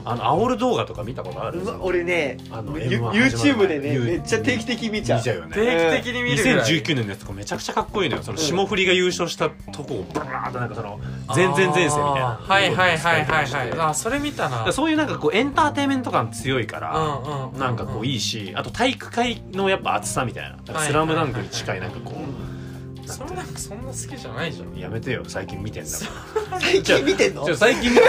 S2: あの煽る動画とか見たことある
S3: んうわ俺ね
S2: あの M1 始
S3: ゆ
S2: ま
S3: YouTube
S2: る
S3: でね
S2: ゆ
S3: めっちゃ定期的に見ちゃ
S2: 見
S3: う
S2: ちゃうよね
S1: 定期的に見るぐらい
S2: 2019年のやつとかめちゃくちゃかっこいいのよその
S3: うん
S2: 霜降りが優勝したとこをバーッとなんかその全然前世みたいな
S1: あーはいはいはいはいはい
S2: だか
S1: あそれ見たな
S2: らそういうなんかこうエンターテインメント感強いから、
S1: うんうん
S2: なんかこう
S1: い
S2: いいしあと体育会のやっぱ熱さみたいなだからスラムダンクに近いなんかこ
S3: うん
S2: うなん
S1: そ
S2: て
S1: れなんかそんな好きじゃないじゃん
S2: やめてよ最近見てんだか
S3: 最近見てんの
S2: らちょ最 近見て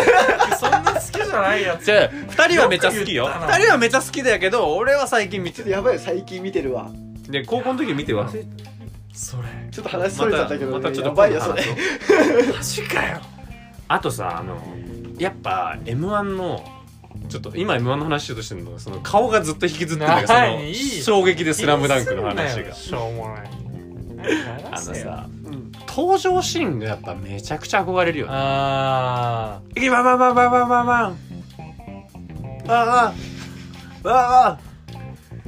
S1: そんな好きじゃないやつ
S2: じゃあ2人はめちゃ好きよ
S1: よく言ったな
S2: 2人はめちゃ好きだけど俺は最近見
S3: ち
S2: て
S3: ょっとやばいよ最近見てるわ
S2: で高校の時見て忘れて
S1: それ
S3: ちょっと話それちゃったけど、ね
S2: またまたちょっと
S3: やばいよそれ
S2: 今度話
S1: マジかよ
S2: あとさあのやっぱ m 1のちょっと今 m 1の話しようとしてるのがその顔がずっと引きずってるんだけどそ
S1: はい
S2: の
S1: いい
S2: 衝撃で「スラムダンクの話が
S1: しょうもない
S2: あのさ
S3: うん
S2: 登場シーンがやっぱめちゃくちゃ憧れるよね
S1: あ
S2: 「いけバンバンバンバンバンバンバン」あああああ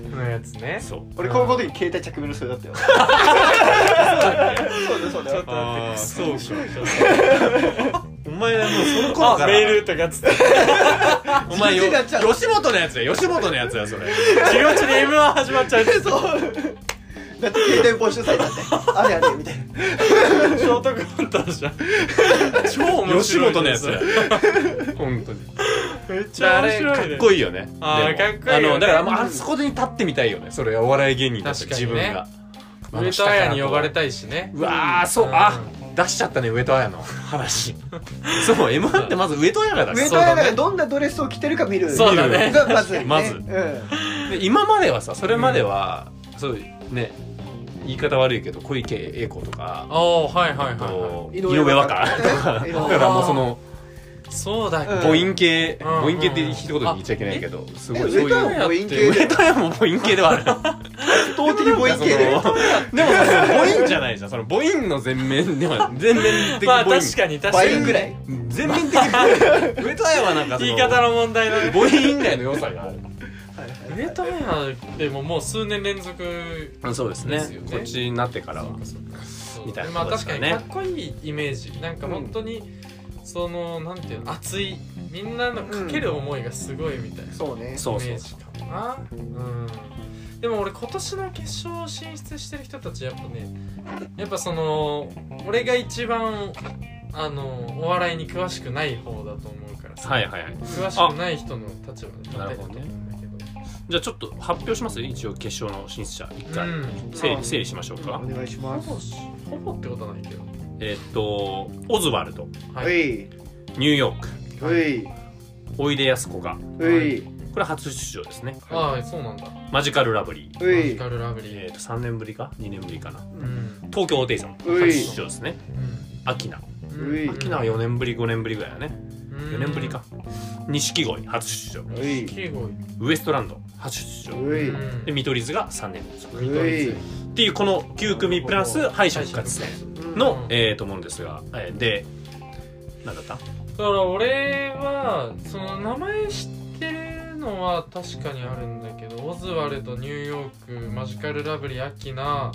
S1: ーのやつね
S2: あそう
S3: 俺高校の時携帯着メのそれだったよ そうだよそうだ
S1: ちょっと待
S3: よ
S1: って
S2: あーそうか
S1: ちょっと
S2: お前はもうその頃
S1: あ
S2: から
S1: メールとかつって
S2: お前よ
S3: 自分でやっちゃう
S2: 吉本のやつだよ吉本のやつだよそれ
S1: 授業中に m 1始まっちゃうシ
S3: だって携帯募集されたんであれあれみたいな
S1: ョートコントじゃん超面白い
S2: 吉本のやつだよ本当に
S1: めっちゃ
S2: あ
S1: 面
S2: れ
S1: 白い
S2: か
S1: ね
S2: っこいいよね
S1: あー
S2: でも
S1: かっこいいよね
S2: あのだからもうあそこに立ってみたいよねそれお笑い芸人だと
S1: 確か
S2: 自
S1: にね
S2: 分が
S1: 上戸彩に呼ばれたいしね
S2: うわーそうあ
S1: う
S2: 出しちゃったね上戸彩の 話そう m 1ってまず上戸彩がだか
S3: 上戸彩
S1: そうだ
S3: が
S1: ね
S3: どんなドレスを着てるか見る
S1: そうだね
S3: がまず、ね、
S2: まず
S3: うん
S2: らで今まではさそれまではそうね言い方悪いけど小池栄子とか
S1: ああはいはいは
S2: あ
S1: い、は
S2: と
S3: い
S2: 井
S3: はい
S2: 上和歌とか
S3: え
S2: だからもうその
S1: い、そうだっけ、
S3: うん
S2: 母音系
S1: うん
S2: 母音系って一言で言っちゃいけないけどすごいそうい
S3: 上
S2: う
S3: とは
S1: も
S3: 母音系
S1: 上
S3: で
S2: 上戸屋も母音系ではある
S3: 圧倒的に母音系
S2: で
S3: で
S2: もさその母音じゃないじゃんその母音の全面では 全面的
S1: ま
S2: 母
S1: あ
S2: 音
S1: 確かに確か
S3: 倍
S1: に
S3: ぐらい
S2: 全面的母 音上戸屋はなんかそ
S1: 言い方の問題だね
S2: 母音以外の良さがある
S1: 上戸彩でももう数年連続
S2: あそうです
S1: ですよね
S2: こっちになってからは
S1: そう
S2: みたいな
S1: まあ
S2: ことです
S1: 確
S2: か
S1: か
S2: ね
S1: にかっこいいイメージなんか本当に、そのなんていうの熱いみんなのかける思いがすごいみたいな、
S3: そうね
S2: そう
S1: イメ
S2: そう
S1: ージかもなうんでも俺今年の決勝進出してる人たちやっぱねやっぱその俺が一番あのお笑いに詳しくない方だと思うからさ、
S2: はいはいはい
S1: 詳しくない人の立場で立て
S2: あなる
S1: と
S2: ほど
S1: 思う
S2: ね
S1: んだけど
S2: じゃあちょっと発表します一応決勝の進出者一回、
S1: うん
S2: 整理整理しましょうか
S3: お、願いしま
S1: ほぼほぼってことはないけど
S2: えーっとオズワルド
S3: すう
S1: はい
S3: い
S2: ニューヨーク
S3: ういう
S2: おいでやすこが
S3: うい
S2: これ初出場ですね
S1: ああそうなんだ
S2: マジカルラブリー
S3: う
S1: マジ
S3: い
S1: カルラブリー
S2: えーっと3年ぶりか2年ぶりかな
S1: うん
S2: 東京ホテイソン
S3: う
S2: 初
S3: い
S2: 出場ですねアキナ
S1: うん
S3: うい
S1: うん
S2: アキナは4年ぶり5年ぶりぐらいだね4年ぶりか錦鯉初出場
S3: うい
S1: 錦鯉
S2: ウエストランド初出場
S3: うい
S1: うん
S2: で見取り図が3年連続
S3: うい
S2: っていうこの9組プラス敗者復活戦の、
S1: うん
S2: えー、と思うんですが、えーでなんだった
S1: だから俺はその名前知ってるのは確かにあるんだけどオズワルドニューヨークマジカルラブリーアキナ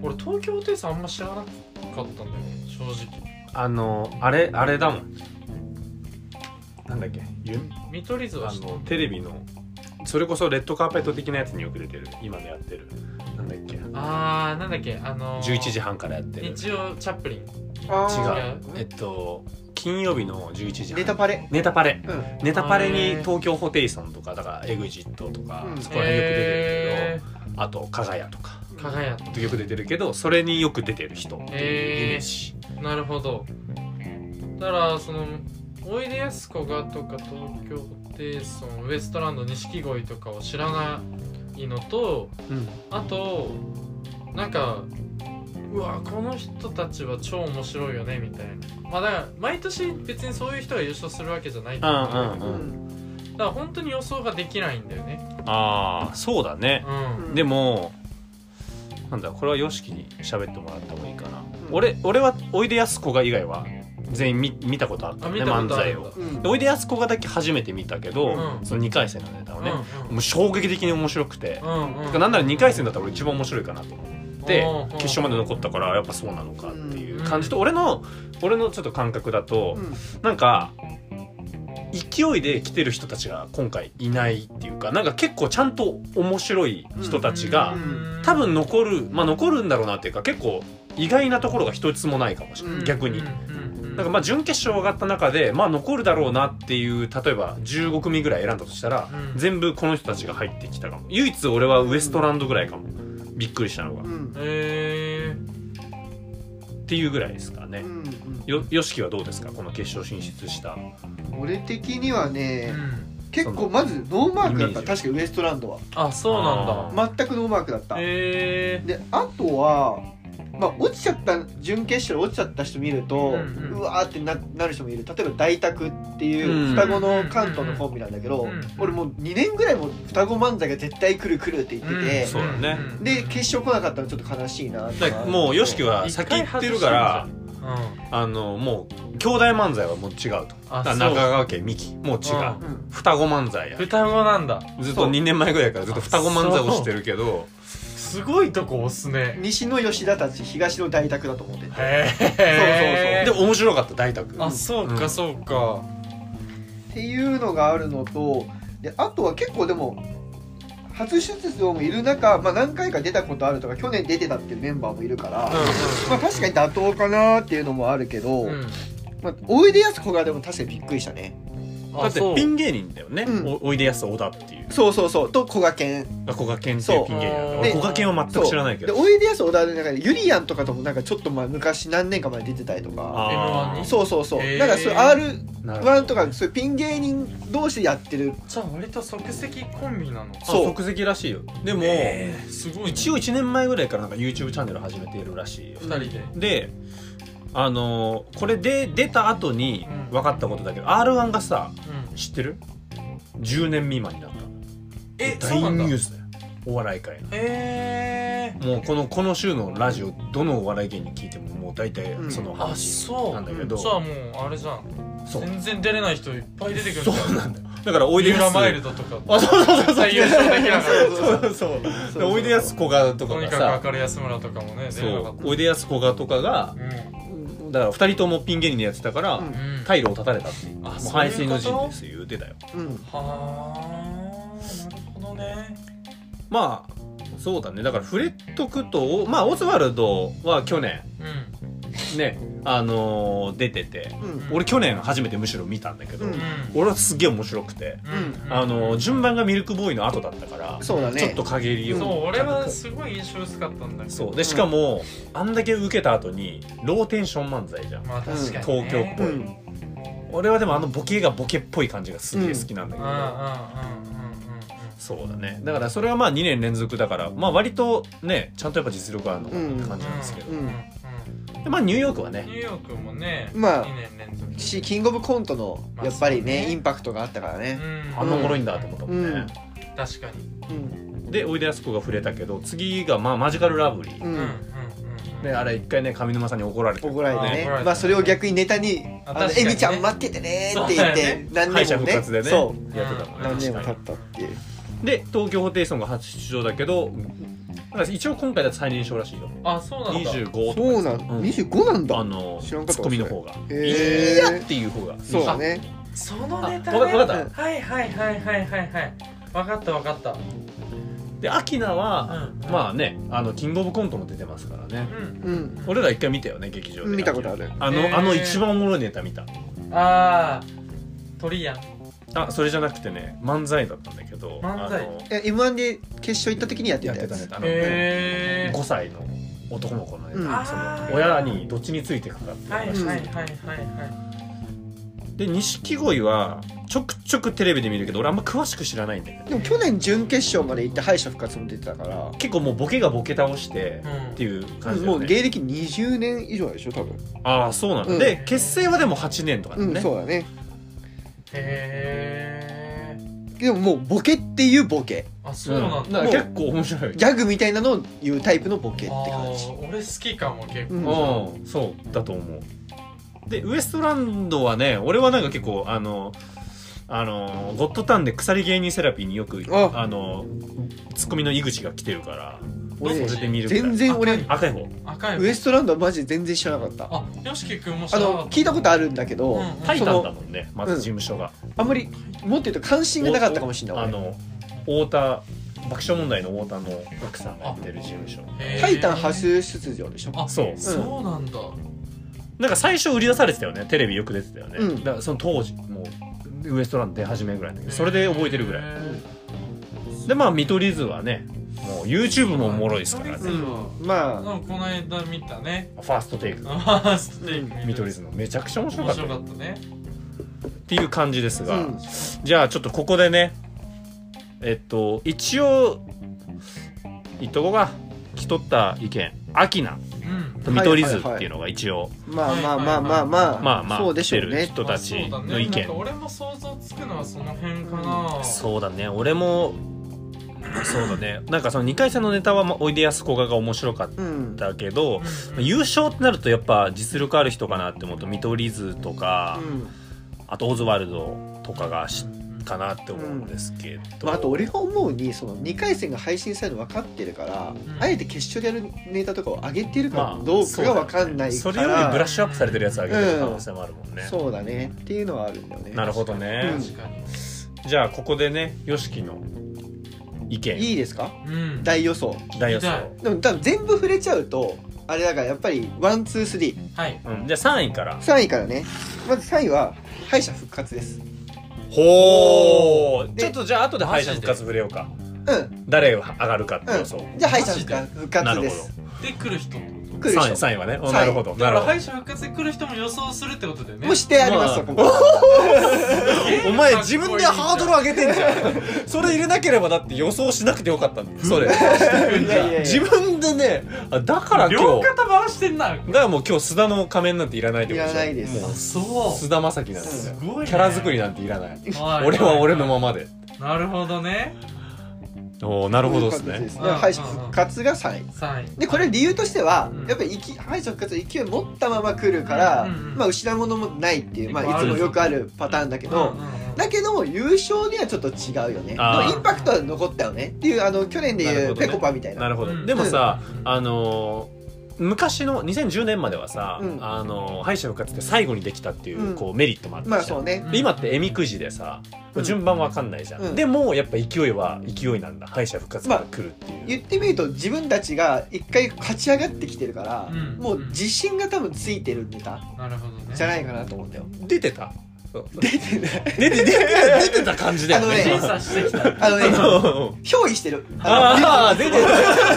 S1: 俺東京ホテイソンあんま知らなかったんだよね正直
S2: あのあれあれだもんなんだっけゆ
S1: 見取り図は
S2: あ
S1: 知って
S2: のテレビのそれこそレッドカーペット的なやつによく出てる今でやってるなんだっけ
S1: あーなんだっけあのー、
S2: 11時半からやってる違う
S1: 日曜チャップリン
S2: えっと金曜日の11時半
S3: ネタパレ
S2: ネタパレ
S3: うん
S2: ネタパレ
S1: へ
S2: に
S1: ー
S2: 東京ホテイソンとかだからエグジットとか、
S3: うん
S2: そこら辺よく出てる
S1: え
S2: けど、あと加賀屋とか
S1: ー、輝と
S2: よく出てるけどそれによく出てる人っていうイメージ、
S1: なるほどだからそのおいでやすこがとか東京ホテイソンウエストランド錦鯉とかを知らないのと
S2: うん
S1: あとなんかうわこの人たちは超面白いよねみたいなまあだから毎年別にそういう人が優勝するわけじゃないと思うんだけど
S2: うんうん
S1: だから本当に予想ができないんだよね
S2: ああそうだね、
S1: うん
S2: でもなんだこれは YOSHIKI に喋ってもらった方がいいかな、
S3: ん
S2: 俺俺はおいでやすこが以外は全員見見たことあった
S1: あ
S2: の
S1: 見
S2: ね
S1: たこ
S2: 漫
S1: とあ
S2: 才
S1: るんだ
S2: をでおいでやすこがだけ初めて見たけど、
S1: うん
S2: その2回戦のネタをね、
S1: う
S2: もう衝撃的に面白くて、
S1: んうんうん
S2: だからなんなら2回戦だったら俺一番面白いかなと思って決勝まで残ったからやっぱそうなのかっていう感じと俺の俺のちょっと感覚だと、なんか勢いで来てる人たちが今回いないっていうかなんか結構ちゃんと面白い人たちが、
S1: うん
S2: 多分残るまあ残るんだろうなっていうか結構意外なところが一つもないかもしれない、
S1: うん
S2: 逆に。
S1: うんうん
S2: なんかまあ準決勝上がった中でまあ残るだろうなっていう例えば15組ぐらい選んだとしたら、
S1: うん
S2: 全部この人たちが入ってきたかも唯一俺はウエストランドぐらいかもびっくりしたのが、っ
S1: え
S2: ていうぐらいですかね、よよしきはどうですかこの決勝進出した
S3: 俺的には
S1: ー
S3: ね
S1: うん
S3: 結構まずノーマークだった確かウエストランドは
S1: あそうなんだ
S3: 全くノーマークだった
S1: え
S3: であとはまあ落ちちゃった準決勝で落ちちゃった人見ると、
S1: うん
S3: う
S1: うん
S3: わーってななる人もいる例えば大宅ってい
S2: うん
S3: う双子の関東のコンビなんだけど、
S1: うんうん
S3: 俺もう2年ぐらいも双子漫才が絶対来る来るって言って
S1: ー
S3: て、
S2: そうだね
S1: うん
S3: で決勝来なかったのちょっと悲しいな
S2: だからもう YOSHIKI は
S1: 一回
S2: 先行ってるから
S1: 外してんじ
S2: あのもう兄弟漫才はもう違うと
S1: あ
S2: だから
S1: そう
S2: 中川家美紀もう違
S1: あ
S2: う
S3: うん
S2: 双子漫才
S1: ゃ
S2: や
S1: ん双子なんだ
S2: ずっ
S3: そ
S2: と
S3: う
S2: 2年前ぐらいからずっと双子漫才をしてるけど
S1: すごいとこ押すね
S3: 西の吉田たち東の大宅だと思ってて、
S1: へ
S3: そ
S1: え
S2: でも面白かった大宅
S1: あそう
S2: う
S1: か
S2: ん
S1: そうか
S3: っていうのがあるのとであとは結構でも初出場もいる中、まあ、何回か出たことあるとか去年出てたっていうメンバーもいるから、まあ、確かに妥当かなっていうのもあるけど、
S1: うん
S3: まあ、おいでやすこがでも確かにびっくりしたね
S2: だってピン芸人だよね、
S3: うん
S2: おおいでやす小田っていう
S3: そうそうそうとこがけん
S2: こがけんっていうピン芸人
S1: そ
S2: なんだ
S1: う
S2: 俺
S3: で
S2: こがけんは全く知らないけ
S3: で
S2: ど
S3: おいでやす小田の中でゆりやんとかともなんかちょっとまあ昔何年か前出てたりとか
S2: あ
S1: M1 に
S3: そうそうそう、
S1: へー
S3: なんかそういう
S2: なるほど
S3: R1 とかそういうピン芸人同士でやってる
S1: じゃあ割と即席コンビなのか
S2: あ
S3: そう
S2: 即席らしいよでも、
S1: えーすごいね
S2: 一応1年前ぐらいからなんか YouTube チャンネル始めているらしいよ
S1: 二人で
S2: であのーこれで出た後に
S1: うん
S2: 分かったことだけど r 1がさ
S1: うん
S2: 知ってる ?10 年未満になった
S1: えそ
S2: 大
S1: うなんだ
S2: ニュースだよお笑い界の
S1: えー
S2: もうこのこの週のラジオどのお笑い芸人聞いてももう大体その
S1: あ
S2: 話
S1: そう
S2: なんだけど、
S1: じゃあもうあれじゃん
S2: そう
S1: 全然出れない人いっぱい出てくる
S2: そ
S1: んだ
S2: うなんだよだからおい
S1: 三
S2: でや
S1: 浦
S2: す
S1: マイルドとか
S2: あそうそうそうそう
S1: 最優勝的な
S3: そう
S2: そうそうそう
S3: そう
S2: でおいでやすこがとか
S1: とに
S2: が
S1: か
S2: さ
S1: く明るい安村とかもね出
S2: そ
S1: れなか
S2: う
S1: った
S2: おいでやすこがとかが
S1: うん
S2: だから2人ともピン芸人でやってたから、
S3: うん
S1: うん
S2: 退路を断たれたっていう
S1: あ
S2: もう
S1: そういうこと
S2: 敗戦の陣です言うてたよ
S3: うん
S1: はあなるほどね
S2: まあそうだねだから触れとくとまあオズワルドは去年
S1: うん
S2: ねあのー出てて
S3: うん
S2: 俺去年初めてむしろ見たんだけど、
S3: うん
S2: 俺はすげえ面白くて、
S1: うんうん
S2: あのー順番がミルクボーイの後だったから、
S3: そうだね
S2: ちょっと陰りを
S1: そう俺はすごい印象薄かったんだけど
S2: そうでしかも、あんだけ受けた後にローテンション漫才じゃん、
S1: まあ確かに
S2: 東京っぽ
S3: う
S2: い
S1: うん
S3: ん
S2: 俺はでもあのボケがボケっぽい感じがすげえ好きなんだけ
S1: うん
S2: ど、
S1: うんうん
S2: そうだねだからそれはまあ2年連続だからまあ割とねちゃんとやっぱ実力があるのかなって感じなんですけど、
S1: うんうんうんうん
S2: でまあニューヨークは
S1: うんニ
S2: ね
S1: ューヨークもね
S3: まあ
S1: 2年連続
S3: しキングオブコントのやっぱり
S1: まあそう
S3: ね
S1: ね
S3: インパクトがあったからね
S1: うん
S2: あんなおもろいんだと思ったもんね、
S1: 確かに
S3: うん
S2: でおいでやすこが触れたけど次がまあマジカルラブリ
S3: う
S2: ー、
S1: うんうん
S3: ん
S1: うん
S2: ねあれ一回ね上沼さんに怒られて
S3: 怒られて
S1: あー怒
S3: ね
S1: られて
S3: まあそれを逆にネタに「
S1: あ
S3: あの
S1: 確かに
S3: え
S1: ね
S3: みちゃん待っててね」っ
S1: そ
S3: て言っ
S1: うだよ
S3: て何
S2: 敗
S3: 年
S2: 者
S3: も
S2: 復
S3: ね
S2: 活でね
S3: そ
S2: やってたもんね
S3: 何年も経っ
S2: 確か
S3: たっていう
S2: にで東京ホテイソンが初出場だけどなんか一応今回だと最年少らしいよ
S1: あそうなんだ
S2: 25と
S3: そうなん
S2: うん
S3: 25なん
S2: かあ
S3: だ
S2: の
S3: 知
S2: ツ
S3: らんかっ
S2: ッ
S3: た
S2: コミの方が「
S3: へー
S2: いや!」っていう方が
S3: そうだね
S1: その
S2: あ
S1: ネ
S2: 分
S1: タ
S2: かった
S1: ね
S2: 分かった
S1: はいはいはいはいはいはい分かった分かった
S2: でアキナは、
S1: うん
S2: まあねあのキングオブコントも出てますからね、
S1: うん
S3: うん
S2: 俺ら一回見たよね劇場で
S3: 見たことある
S2: あの、
S1: えー
S2: あの一番おもろいネタ見た
S1: ああ鳥やん
S2: あそれじゃなくてね漫才だったんだけど
S1: 漫才
S2: あの
S3: え m 1で決勝行った時にやって
S2: やったて
S3: や
S2: た
S3: つ
S2: ネタあの、
S1: へえ
S2: 5歳の男の子のネタ、
S3: うん
S2: そ
S1: あー
S2: の親にどっちについてくかっていう
S1: はい
S2: 話
S1: はい
S3: うん
S1: はいはいは
S2: で錦鯉はちょくちょくテレビで見るけど俺あんま詳しく知らないんだけど
S3: でも去年準決勝まで行って敗者復活も出てたから
S2: 結構もうボケがボケ倒して
S1: い、うん
S2: っていう感じだ
S3: も
S2: よ
S3: う
S2: ね、
S3: 芸歴20年以上でしょ多分
S2: ああそうなの、
S3: うん
S2: で結成はでも8年とかだ
S3: う
S2: よ
S3: ん
S2: ね、
S3: そうだね
S1: へえ
S3: でももうボケっていうボケ
S1: あそうなん
S2: だ
S1: だ
S2: か
S1: あ
S2: ら結構面白いよ
S3: ギャグみたいなのを言うタイプのボケって感じ
S1: ー俺好きかも結構
S3: うん
S2: うん、そうだと思うでウエストランドはね俺はなんか結構あのあのゴッドタンで鎖芸人セラピーによく
S3: あ
S2: あのツッコミの井口が来てるから
S3: 俺
S2: それで見るぐらい
S3: 全然俺
S2: 赤い方
S1: 赤い
S3: ウエストランドはマジで全然知らなかった
S1: あよしき君も知
S3: あ
S1: らなか
S3: の
S1: った
S3: 聞いたことあるんだけど、
S1: うん
S2: タイ
S3: そ
S2: タン
S3: の
S2: だもんねまず事務所が、
S3: あんまりもっと言うと関心がなかったかもしれない
S2: あ
S3: 俺
S2: の太田爆笑問題の太田の奥さんがやってる事務所
S1: へー
S3: タイタン初出場でしょ
S1: あ
S2: そう
S1: そうなんだ
S2: なんか最初売り出されてたよねテレビよく出てたよね、
S3: うん
S2: だからその当時もうウエストランド出始めぐらいだけどそれで覚えてるぐらい
S1: へー
S2: でまあ見取り図はねもう YouTube もおもろいですから
S1: 見取
S2: ね
S1: り図は
S3: ま
S1: な
S3: あ
S1: んかこの間見たね
S2: ファースト テイク
S1: ファーストテイク
S2: 見取り図のめちゃくちゃ面白
S1: 面
S2: かった
S1: 白
S2: っ
S1: かったね
S2: ていう感じです
S3: う
S2: が、
S3: ん
S2: じゃあちょっとここでねえっと一応いっとこが聞き取った意見アキナ
S1: うん
S2: と見取り図っていうのが一応、
S3: まあまあまあまあまあ、
S2: まあまあ
S3: そうでしょう
S2: 来てる
S3: ね
S2: 人た
S1: まあそ
S2: ち
S1: うだね
S2: の
S1: な
S2: 意
S1: ん
S2: 見
S1: か、俺も想像つくのはその辺かな
S2: そうだね俺もそうだねなんかその2回戦のネタは、まあおいでやすこがが面白かっ
S3: うん
S2: たけど、
S1: うんうん
S2: 優勝ってなるとやっぱ実力ある人かなって思うと見取り図とか、
S3: うん
S2: あとオズワルドとかがしかなって思うんですけど、
S3: まあ、あと俺が思うにその2回戦が配信されるの分かってるから、
S1: ん
S3: あえて決勝でやるネタとかを上げてる
S2: ま
S3: か
S2: あ
S3: どうかが分かんない
S2: そ
S3: か
S2: れより
S3: ら、
S2: ブラッシュアップされてるやつあげてる可能性もあるもんね、
S3: そうだねっていうのはあるんだよね
S2: なるほどね
S1: 確かに
S2: じゃあここでね YOSHIKI の意見
S3: いいですか
S1: うん
S3: 大予想
S2: 大予想
S1: 聞き
S3: でも多分全部触れちゃうとあれだからやっぱりワンツースリー
S1: はい
S2: うん、じゃあ3位から
S3: 3位からねまず3位は敗者復活です
S2: ほー
S3: で
S2: ちょっとじゃあ後で敗者
S1: マジ
S2: 復
S1: で
S2: 活触れようか
S3: うん
S2: 誰が上がるかって予想、
S3: じゃあ敗者復
S2: な
S3: 活
S2: る
S3: で
S2: ほ
S3: す
S1: で来る人ってこと
S2: ど3
S3: 来る
S2: 位
S3: でしょ
S2: 三位はね
S3: 三位
S2: なるほど
S1: だ
S2: な
S1: か
S2: る
S1: ら
S2: ほど
S1: 敗者復活で来る人も予想するってことだよね
S3: もうしてありますそ
S2: まあ
S3: こも
S2: お前自分でハードル上げてんじゃ んそれ入れなければだって予想しなくてよかったんだよそれ
S3: いやいやいや
S2: 自分でねあだから今
S1: 両
S2: 日
S1: 肩回してんな
S2: だからもう今日須田の仮面なんていらないってこと
S3: いらないです
S2: も
S1: あ
S2: う
S1: そう
S2: 須田まさきなんです
S1: す
S2: よ
S1: ごい、ね、
S2: キャラ作りなんていらない
S1: い
S2: 俺は俺のままで
S1: なるほどね
S2: おおなるほどです
S3: そういう
S2: ね
S3: 形で敗者復活が3位
S1: 3位
S3: でこれ理由としては、
S1: うん
S3: やっぱり勢い敗者復活の勢い持ったまま来るから、
S1: うんうん
S3: まあ、失うものもないっていう、ま
S1: 結構
S3: あ、
S1: あ
S3: い
S1: る
S3: つもよくあるパターンだけど、
S1: うんうんうん
S3: だけども優勝にはちょっと違うよねで
S2: あー
S3: もインパクトは残ったよねっていうあの去年で
S2: なる
S3: い
S2: ほ
S3: う
S2: どね
S3: ペコパみたいな
S2: なるほ
S1: う
S2: ど
S1: ん
S2: でもさ
S1: うん
S2: あのー昔の2010年まではさ、
S3: うん
S2: あのー敗者復活って最後にできたっていう,、
S3: うん
S2: こうメリットもあったじゃ
S3: ま
S2: ん
S3: あそうね、
S2: で今ってえみくじでさ、
S3: うん
S2: 順番わかんないじゃん、
S3: うん
S2: でもやっぱ勢いは勢いなんだ敗者復活から来るっていう、
S3: 言ってみると自分たちが一回勝ち上がってきてるから、
S1: うん
S3: もう自信が多分ついてるネタ
S1: なるほどね
S3: じゃないかなと思う んだよ
S2: 出てた出
S3: 出てない
S2: て出て出てた感じだよね
S1: 審査してきた
S3: あのね
S2: うん
S3: 憑依してる
S2: ああ
S3: の
S2: 出て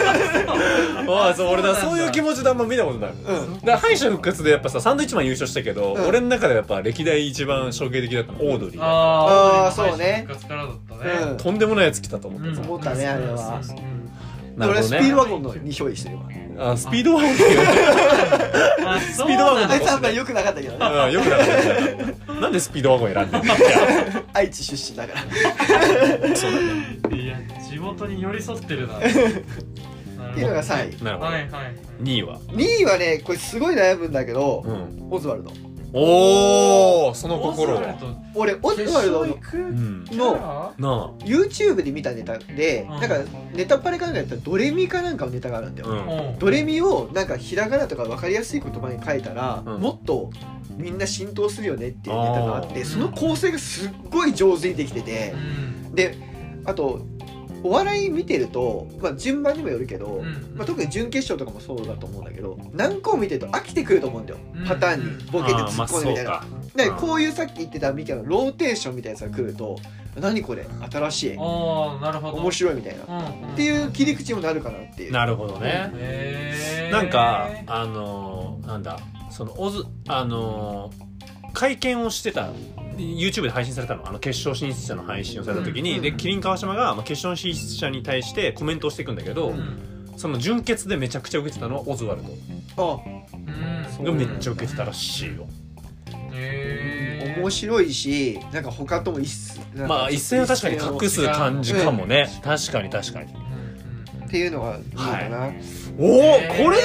S2: たあ あそう
S1: そう
S2: 俺
S1: なん
S2: だ
S1: だ
S2: そういう気持ちであんま見たことない
S3: うんう
S2: だ
S3: ん
S2: から敗者復活でやっぱさサンドイッチマン優勝したけど、
S3: うん
S2: 俺の中でやっぱ歴代一番衝撃的だったのオードリーだ
S1: あー
S3: あーそうね
S1: 敗者復活からだったね
S2: とんでもないやつ来たと思ってさ、
S3: 思ったねあれは
S1: そうそうそう
S2: なる
S3: 俺
S2: ほ
S3: は
S2: ど
S3: スピー
S2: ね
S3: ドワゴンのに憑依し てるわ
S2: あスピードワゴンって
S1: あそう
S2: ピードワゴン
S1: なん
S2: だ
S3: あ
S1: だ
S3: いつあんまり良くなかったけど
S2: い
S3: ね
S2: ううんよくなかったなんでスピードワゴン選んでんの
S3: 愛知出身だから
S2: そうだね
S1: いや地元に寄り添ってる なな
S3: っていうの
S1: る
S3: が3位
S2: なる
S1: ほど
S2: ほ
S1: はい
S2: ど、
S1: はいはい
S2: 2位は、
S3: 2位はねこれすごい悩むんだけど、
S2: うん、
S3: オズワルド
S2: おおその心
S1: オズワ
S2: は
S1: ルド
S3: 俺オズ
S1: 決
S3: ワルド
S1: 勝
S3: の
S1: 行
S2: う
S1: く
S2: ん
S1: キャラ
S2: な
S3: YouTube で見たネタで、
S1: うん
S3: なんかネタパレかなんかやったらドレミかなんかのネタがあるんだ
S2: あ
S3: よ、
S2: うん
S1: うん
S3: ドレミをなんかひらがなとか分かりやすい言葉に書いたら、
S2: うん
S3: もっとみんな浸透するよねっていうネタがあっ
S2: あ
S3: て
S1: ー
S3: その構成がすっごい上手にできてて
S1: う、ん
S3: であとお笑い見てると、まあ、順番にもよるけど、
S1: ん
S3: まあ、特に準決勝とかもそうだと思うんだけど何個も見てると飽きてくると思うんだよ
S1: うん
S3: パターンにボケて
S2: あーま
S3: 突
S2: あ
S3: っ込んで
S2: そ
S3: み
S2: う
S3: たいな、
S2: か
S3: でこういうさっき言ってたみたいなローテーションみたいなやつが来ると何これ新しい
S1: ああなるほど
S3: 面白いみたいなっ
S1: うんうん
S3: ていう切り口にもなるかなっていう
S2: なるほどね
S1: へー
S2: なんかあのーなんだそのオズあのー会見をしてた YouTube で配信されたのあの決勝進出者の配信をされた時に、
S3: うん
S2: でキリン川島が、まあ、決勝進出者に対してコメントをしていくんだけど、
S1: うん
S2: その準決でめちゃくちゃ受けてたのはオズワル
S3: あ
S1: うん
S2: ドがめっちゃ受けてたらしいよ、
S1: へー
S3: 面白いしなんか他とも一斉なん
S2: まあ一線は確かに隠す感じかもね、
S1: うん
S2: 確かに確かに
S1: うんうん
S3: っていうのがいいか
S2: おお、
S3: な、
S1: えー
S2: これ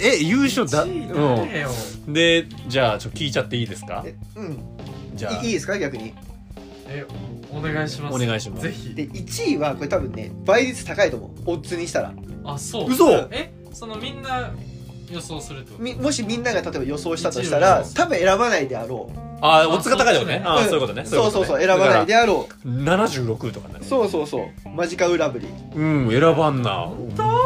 S2: でえ優勝だ、
S1: 1位
S2: う
S1: 誰よ
S2: ん、でじゃあちょ聞いちゃっていいですか
S3: えうん
S2: じゃあ
S3: いいいですか逆に
S1: えお願いします
S2: お願いします
S1: ぜひ
S3: で1位はこれ多分ね倍率高いと思うオッズにしたら
S1: あそう
S2: 嘘
S1: えそのみんな予想するってこと
S3: みもしみんなが例えば予想したとしたら
S1: 一位
S3: 多分選ばないであろう
S2: あーオッズが高いよ
S1: そっち
S2: ね
S1: ね
S2: あー
S3: ん
S2: そういうことね
S3: そうそうそう選
S2: いこと
S3: ば
S2: ね
S3: ないであろ
S2: だから76とかにな
S3: う
S2: る
S3: そうそうそうマジカウラブリー
S2: うん選ばんなお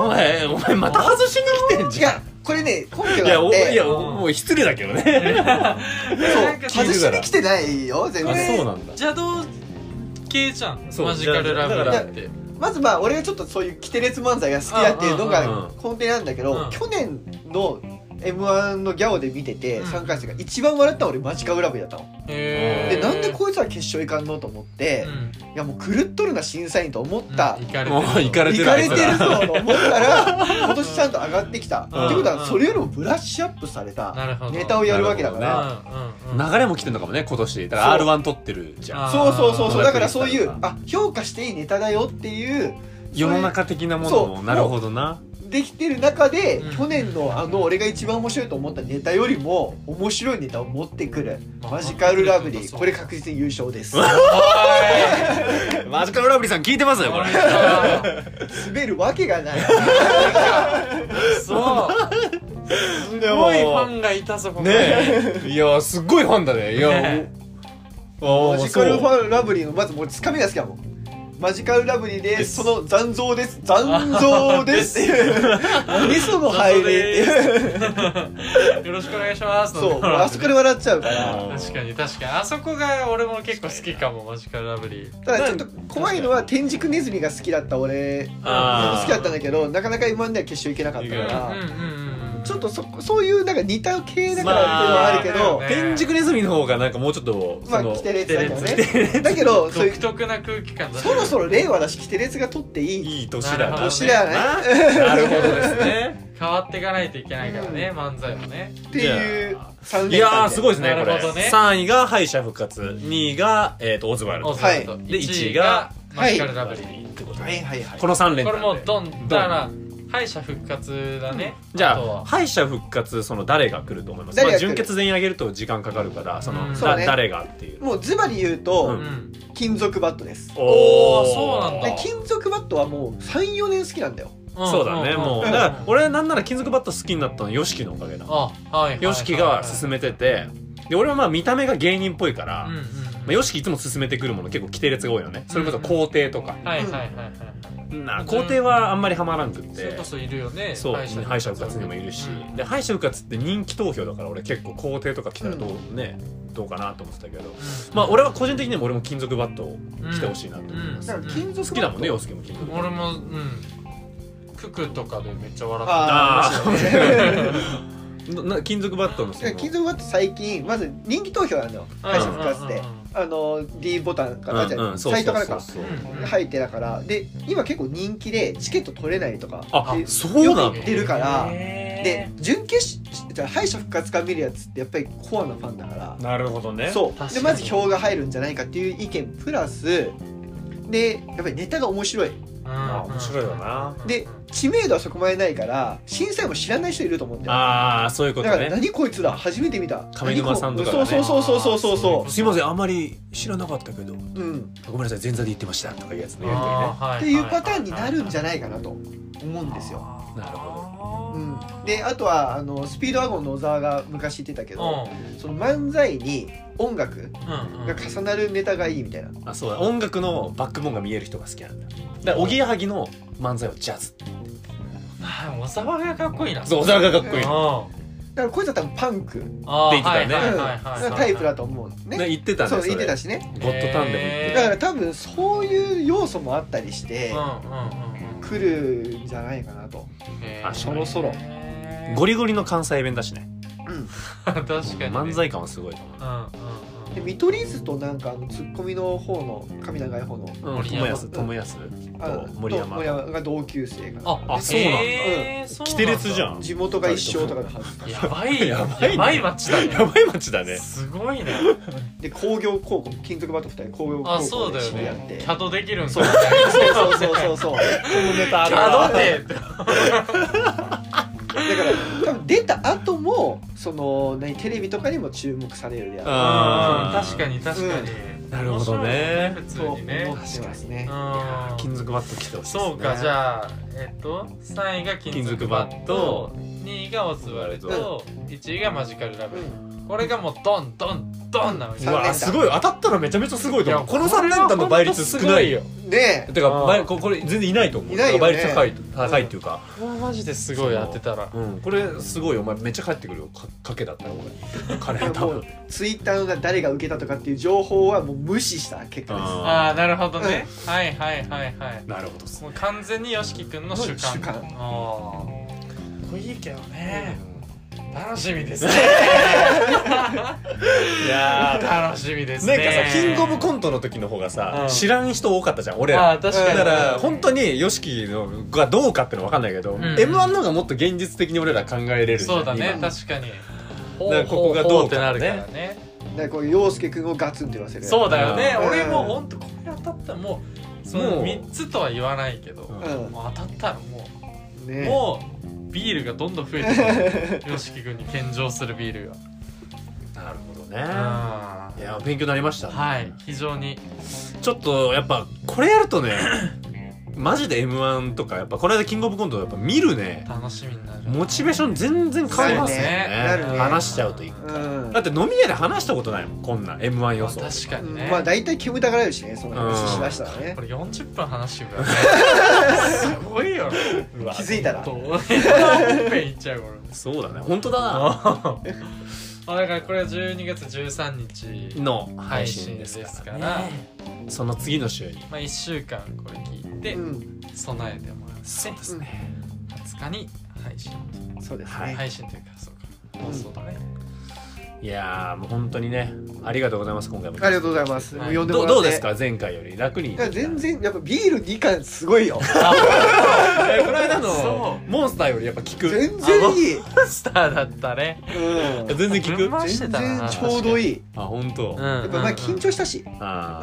S2: 前お前また外しに来てん
S3: い
S2: じゃ
S3: やこれね根拠
S2: んいや
S3: があっ
S2: お
S3: て
S2: いやおもう失礼だけどね
S1: なんか
S3: そ
S1: 聞
S3: う
S1: いて
S3: 外しに来てないよ全
S2: あ
S3: 然
S2: そうなんだ
S1: 邪道系じゃん
S2: そう
S1: マジカルラブラーって
S3: まずまあ俺がちょっとそういうキテレツ漫才が好きだっていうの
S1: うん
S2: うんうん
S3: が根底なんだけど、
S1: うん
S3: 去年の m 1のギャオで見てて
S1: うん
S3: 参加者が一番笑ったの俺マジカウラブリだったの、
S1: へー
S3: でなんでこいつは決勝いかんのと思って、
S1: うん
S3: いやもう狂っとるな審査員と思っ
S1: うん
S3: た、
S1: イカれてる
S2: もうイカれ
S3: 行
S2: てる
S3: かれてるぞと思ったら 今年ちゃんと上がってきた、って
S1: うん
S3: ことはそれよりもブラッシュアップされた
S1: なるほど
S3: ネタをやるわけだか
S2: な
S3: ら、
S1: うんうんうん
S2: 流れも来てんのかもね今年だから r
S3: そう
S2: 1取ってるじゃん
S1: あ
S3: そうそうそうそうだからそういう
S2: うん
S3: あ評価していいネタだよっていう
S2: 世の中的なもの
S3: そ
S2: も
S3: う
S2: なるほどな
S3: できてる中で、
S1: うん
S3: 去年のあの俺が一番面白いと思ったネタよりも面白いネタを持ってくる
S1: まあ
S3: マジカルラブリ
S1: そ
S3: ー
S1: う
S3: これ確実に優勝です
S2: マジカルラブリーさん聞いてますよこ れ
S3: 滑るわけがない
S1: そうす
S2: でも
S1: ごいファンがいたぞここに
S2: ねえいやすっごいファンだねいや
S1: ね
S2: お
S3: マジカル
S2: ン
S3: ラブリーのまずもうつかみが好きやもんマジカルラブリーです。その残像です。残像です。っていう。何その入りっていう。
S1: よろしくお願いします
S3: そう、もうあそこで笑っちゃうから。
S1: 確かに確かにあそこが俺も結構好きかもマジカルラブリー
S3: ただちょっと怖いのは天竺ネズミが好きだった俺、
S2: あー
S3: 好きだったんだけど、なかなか今までは決勝行けなかったから。
S1: うんうんうん
S3: ちょっとそこそういうなんか似た系だからっていうのはあ
S1: ま
S3: る
S2: 天竺ネズミの方がなんかもうちょっと
S3: けど、ま
S2: そ
S3: あ、
S2: の
S3: キテレツだけどね。だけ ど、そういう
S1: 独特な空気感だね
S3: そろそろ令和だし、キテレツが取っていい
S2: いい年
S1: な
S2: だ
S1: るほ
S2: な
S1: ど
S3: 年だよね。
S2: なるほどですね
S1: 変わっていかないといけないからね漫才はね
S3: っていう3
S2: いやーすごいですね
S1: な
S2: こ
S1: る
S2: れ
S1: ほどね
S2: 3位が敗者復活2位が、えー、とオズワルド
S1: オズワルド
S2: で
S1: 1
S2: 1
S1: 位
S2: 位
S1: が
S2: が
S1: マジカルラブリー
S2: ってこと
S3: はいはいはい。
S2: この3連
S1: これ
S2: 単
S1: もう
S2: で
S1: ドンだから敗者復活だね
S2: じゃ
S1: あと
S2: あ
S1: は
S2: 敗者復活その誰が来ると思います
S3: 誰
S2: ま
S3: が
S2: あ、
S3: 来る
S2: 純潔全員あげると時間かかるからその、
S1: うん
S2: だ
S3: そうね
S2: 誰がっていう
S3: もうズバリ言うと、
S2: うん
S1: うん
S3: 金属バットです。
S1: おー
S2: ー
S1: そうなんだ
S3: で金属バットはもう34年好きなんだよ
S2: そうだねもうだ
S1: ん
S2: から俺なんなら金属バット好きになったの YOSHIKI のおかげだ
S1: あはいはい
S2: YOSHIKI が勧めててで俺はまあ見た目が芸人っぽいから、
S1: うんうん
S2: まあ、よしきいつも勧めてくるもの結構規定列が多いよねそれこそ皇帝とか、
S1: はいはいはいはい
S2: なあ皇帝はあんまりハマらんくって
S1: それこそいるよね
S2: そう敗者
S1: 復活
S2: 復活にもいるし、
S1: うん
S2: で敗者復活って人気投票だから俺結構皇帝とか来たらどうね、どうかなと思ってたけどまあ俺は個人的にも俺も金属バットを来てほしいなと思います、
S3: だから金属バット
S2: 好きだもんね洋介も金属バット
S1: 俺もうんククとかでめっちゃ笑った
S3: あ
S2: あ
S3: あー
S2: な金属バットのその
S3: 金属バット最近まず人気投票なんだよ
S1: うん
S3: 敗者復活って
S1: うん
S3: あの D ボタンかなじゃ
S2: うんう
S3: あ
S2: んそうそ
S3: サイ
S2: う
S3: トから
S2: そう
S3: か
S2: そう
S1: うん
S3: 入ってだからで今結構人気でチケット取れないとか
S2: あ
S3: で
S2: そうなの
S3: よく出るからで
S1: へ
S3: 準決勝じゃあ敗者復活から見るやつってやっぱりコアなファンだから
S2: なるほどね
S3: そ
S1: 確か
S3: う
S1: に
S3: でまず票が入るんじゃないかっていう意見プラスでやっぱりネタが面白い
S1: ー
S2: あ面白いよな
S3: で知名度はそこまでないから審査員も知らない人いると思うんだよ
S2: ああそういうこと
S3: だか
S2: ね
S3: ら何こいつだ初めて見た
S2: 上沼さんとかが
S3: 何
S2: ね
S3: こそうそうそうそうそうそ
S2: すいませんあんまり知らなかったけど
S3: う、うん、
S2: ごめんなさい前座で言ってましたとかいうやつねやりとりね
S1: っ
S3: っていうパターンになるんじゃ
S1: な
S3: ないかなと思うんですよ、
S1: い
S2: なる
S1: ほ
S3: うん、であとはあのスピードワゴンの小沢が昔言ってたけ
S1: うん
S3: どその漫才に音楽
S1: うん
S3: が重なるネタがいいみたいな
S2: あそうだ音楽のバックボーンが見える人が好きなんだだからおぎやはぎの漫才はジャズ
S1: はい小沢がかっこいいな
S2: そう小沢がかっこいい
S1: あ
S3: だからこいつは多分パンク、
S1: あ
S2: って言ってたね
S1: はい
S3: うん
S1: はいはいはい
S3: なタイプだと思うのね
S2: ね言ってたね
S3: そう
S2: それ
S3: 言ってたしね
S2: ゴッドタンでも言って
S3: だ
S2: た
S3: から多分そういう要素もあったりして
S1: うんうんうんうん
S3: 来るんじゃないかなと、
S1: へー
S2: あそろそろ
S1: へー
S2: ゴリゴリの関西弁だしね
S3: うん、
S1: 確かにね
S2: 漫才感はすごいと思
S1: うんうん
S3: で見取り図となんかあのツッコミの方の髪長い方の
S2: ううん
S1: 森
S2: 友
S1: 山
S2: 康友康
S3: あの
S2: と森山
S3: と森山が同級生かな
S1: うん
S2: あそうなんだ
S1: へーそうなんだ
S2: キテレツじゃん
S3: 地元が一生とかのはず
S1: やばい
S2: や
S1: や
S2: ばいね
S1: ばい街だね
S2: やばい町だね
S1: すごいね
S3: で工業高校金属バット2人工業
S1: あ
S3: 高
S1: そう
S3: 校で
S1: だよ
S3: 知り合っ
S1: ね
S3: て
S1: キャドできるんだ
S3: そうそうそうそうそうだ
S1: キャドって
S3: から多分出た後もその何テレビとかにも注目されるで
S1: う
S3: あ
S1: ん
S2: あー
S1: 確かに確かに、
S2: なるほど
S1: 面白い
S2: ね
S1: よ普
S3: る
S1: 通
S3: と思
S1: にね
S3: ってます
S1: う
S3: ね
S1: ん
S2: 金属バット来てほしい
S1: そうかじゃあえっと3位が金属バット2位がオズワルド1位がマジカルラブリーこれがもうドンドンドンなわけ
S2: う
S3: 三連
S2: わ
S3: 単
S2: すごい当たったらめちゃめちゃすごいと思う
S1: いや
S2: この3連単の倍率少
S1: これは本当すご
S2: ないい
S1: よ
S2: よ
S3: ねえ
S2: てか
S1: あー
S2: 倍ここれ全然いないと思う
S3: いないよね
S2: 倍率高い高いっていうか
S1: うわマジですごい当てたら
S2: うんこれすごいお前めっちゃ帰ってくるよか賭けだったら 俺カレー多
S3: も
S2: 分
S3: うツイッターの誰が受けたとかっていう情報はもう無視した結果です
S1: ああなるほどねはいはいはいはい
S2: なるほどっす
S1: もう完全に YOSHIKI 君の主観
S3: 主観
S1: あーこれいいけどね楽しみですね
S2: いや
S1: 楽しみです
S2: なん
S1: ね
S2: かさキングオブコントの時の方がさ
S1: うん
S2: 知らん人多かったじゃん俺
S1: ああ
S2: ら
S1: 確かに
S2: だから本当に YOSHIKI のがどうかっての分かんないけど
S1: ん
S2: m 1の方がもっと現実的に俺ら考えれるじゃん
S1: そうだね
S2: 今
S1: 確かに
S2: だからここがど
S1: ほほほ
S2: うかね
S1: ってなるからね
S3: だからこういう陽介くんをガツンと言わせる
S1: そうだよね
S3: うん
S1: 俺もうほんとこれ当たったらもうそ
S2: も
S1: の
S2: う
S1: 3つとは言わないけど
S2: うん
S1: もう
S3: うん
S1: 当たったらもう
S3: ね
S1: もうビールがどんどん増えてくる YOSHIKI 君に献上するビール
S2: なるほどね
S1: が
S2: いや勉強になりました
S1: はい非常に
S2: ちょっとやっぱこれやるとねマジで m 1とかやっぱこの間キングオブコントやっぱ見るね
S1: 楽しみになる
S2: モチベーション全然変わりますよね
S3: なるね
S2: 話しちゃうといい
S3: うん
S2: だって飲み屋で話したことないもんこんなん m 1予
S1: まあ
S2: 想
S1: 確かにね、
S3: まあ大体煙たがられるしねその
S2: うん
S3: 話しだしたらね
S1: これ40分話してください すごいよ
S2: うわ
S3: 気づいたら
S1: とほっぺんいっちゃうこれ
S2: そうだね本当だな
S1: あだからこれは12月13日
S2: の配
S1: 配
S2: 信
S1: 信
S2: で
S1: ですす
S2: か
S1: からら
S2: ねその次の週に
S1: まあ、1週間これ聞いて
S3: うん
S1: 備えてもらって
S2: そうですね
S1: 20日に配信
S3: そうです
S2: はい
S3: ね
S1: 配信というかそうか放送だね
S2: いやーもう本当にねありがとうございます今回も
S3: ありがとうございます
S1: は
S3: 呼ん
S1: い
S3: で
S2: ど
S3: もらって
S2: うどうですか前回より楽に
S3: いや全然やっぱビール2缶すごいよ
S2: えこの間
S1: そ
S2: のモンスターよりやっぱ効く
S3: 全然いい
S1: スターだったね
S3: うん
S2: 全然効
S1: ぶん
S2: く
S1: 回して
S3: 全
S1: たな
S3: 然ちょうどいい
S2: あ本当、
S1: うんうんうん
S3: やっぱまあ緊張したし
S2: あ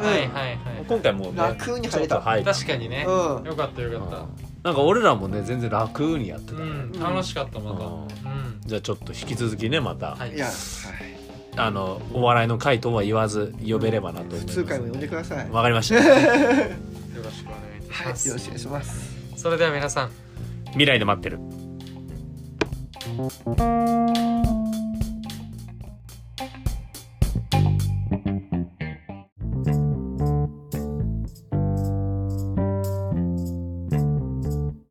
S1: は
S2: ー
S1: いはいはい
S2: 今回もうね
S3: 楽に
S2: ち
S3: 入れた
S2: ょっと入った
S1: 確かにね
S3: うん
S1: よかったよかっ
S2: なんか俺らもね全然楽にやって
S1: た
S2: た
S1: う
S2: ね、
S1: ん楽しかったまた
S2: うん
S1: うん
S2: じゃあちょっと引き続きねまた、
S1: はい
S3: いやは
S2: あのお笑いの回とは言わず呼べればなと思い
S3: い
S2: ます
S3: 普通回も呼んでくださいはいよ
S2: わかりました
S1: よろしくお願いいたし
S3: ろ
S1: ま
S3: しくお
S1: す
S3: 願いします
S1: それでは皆さん
S2: 未来で待ってる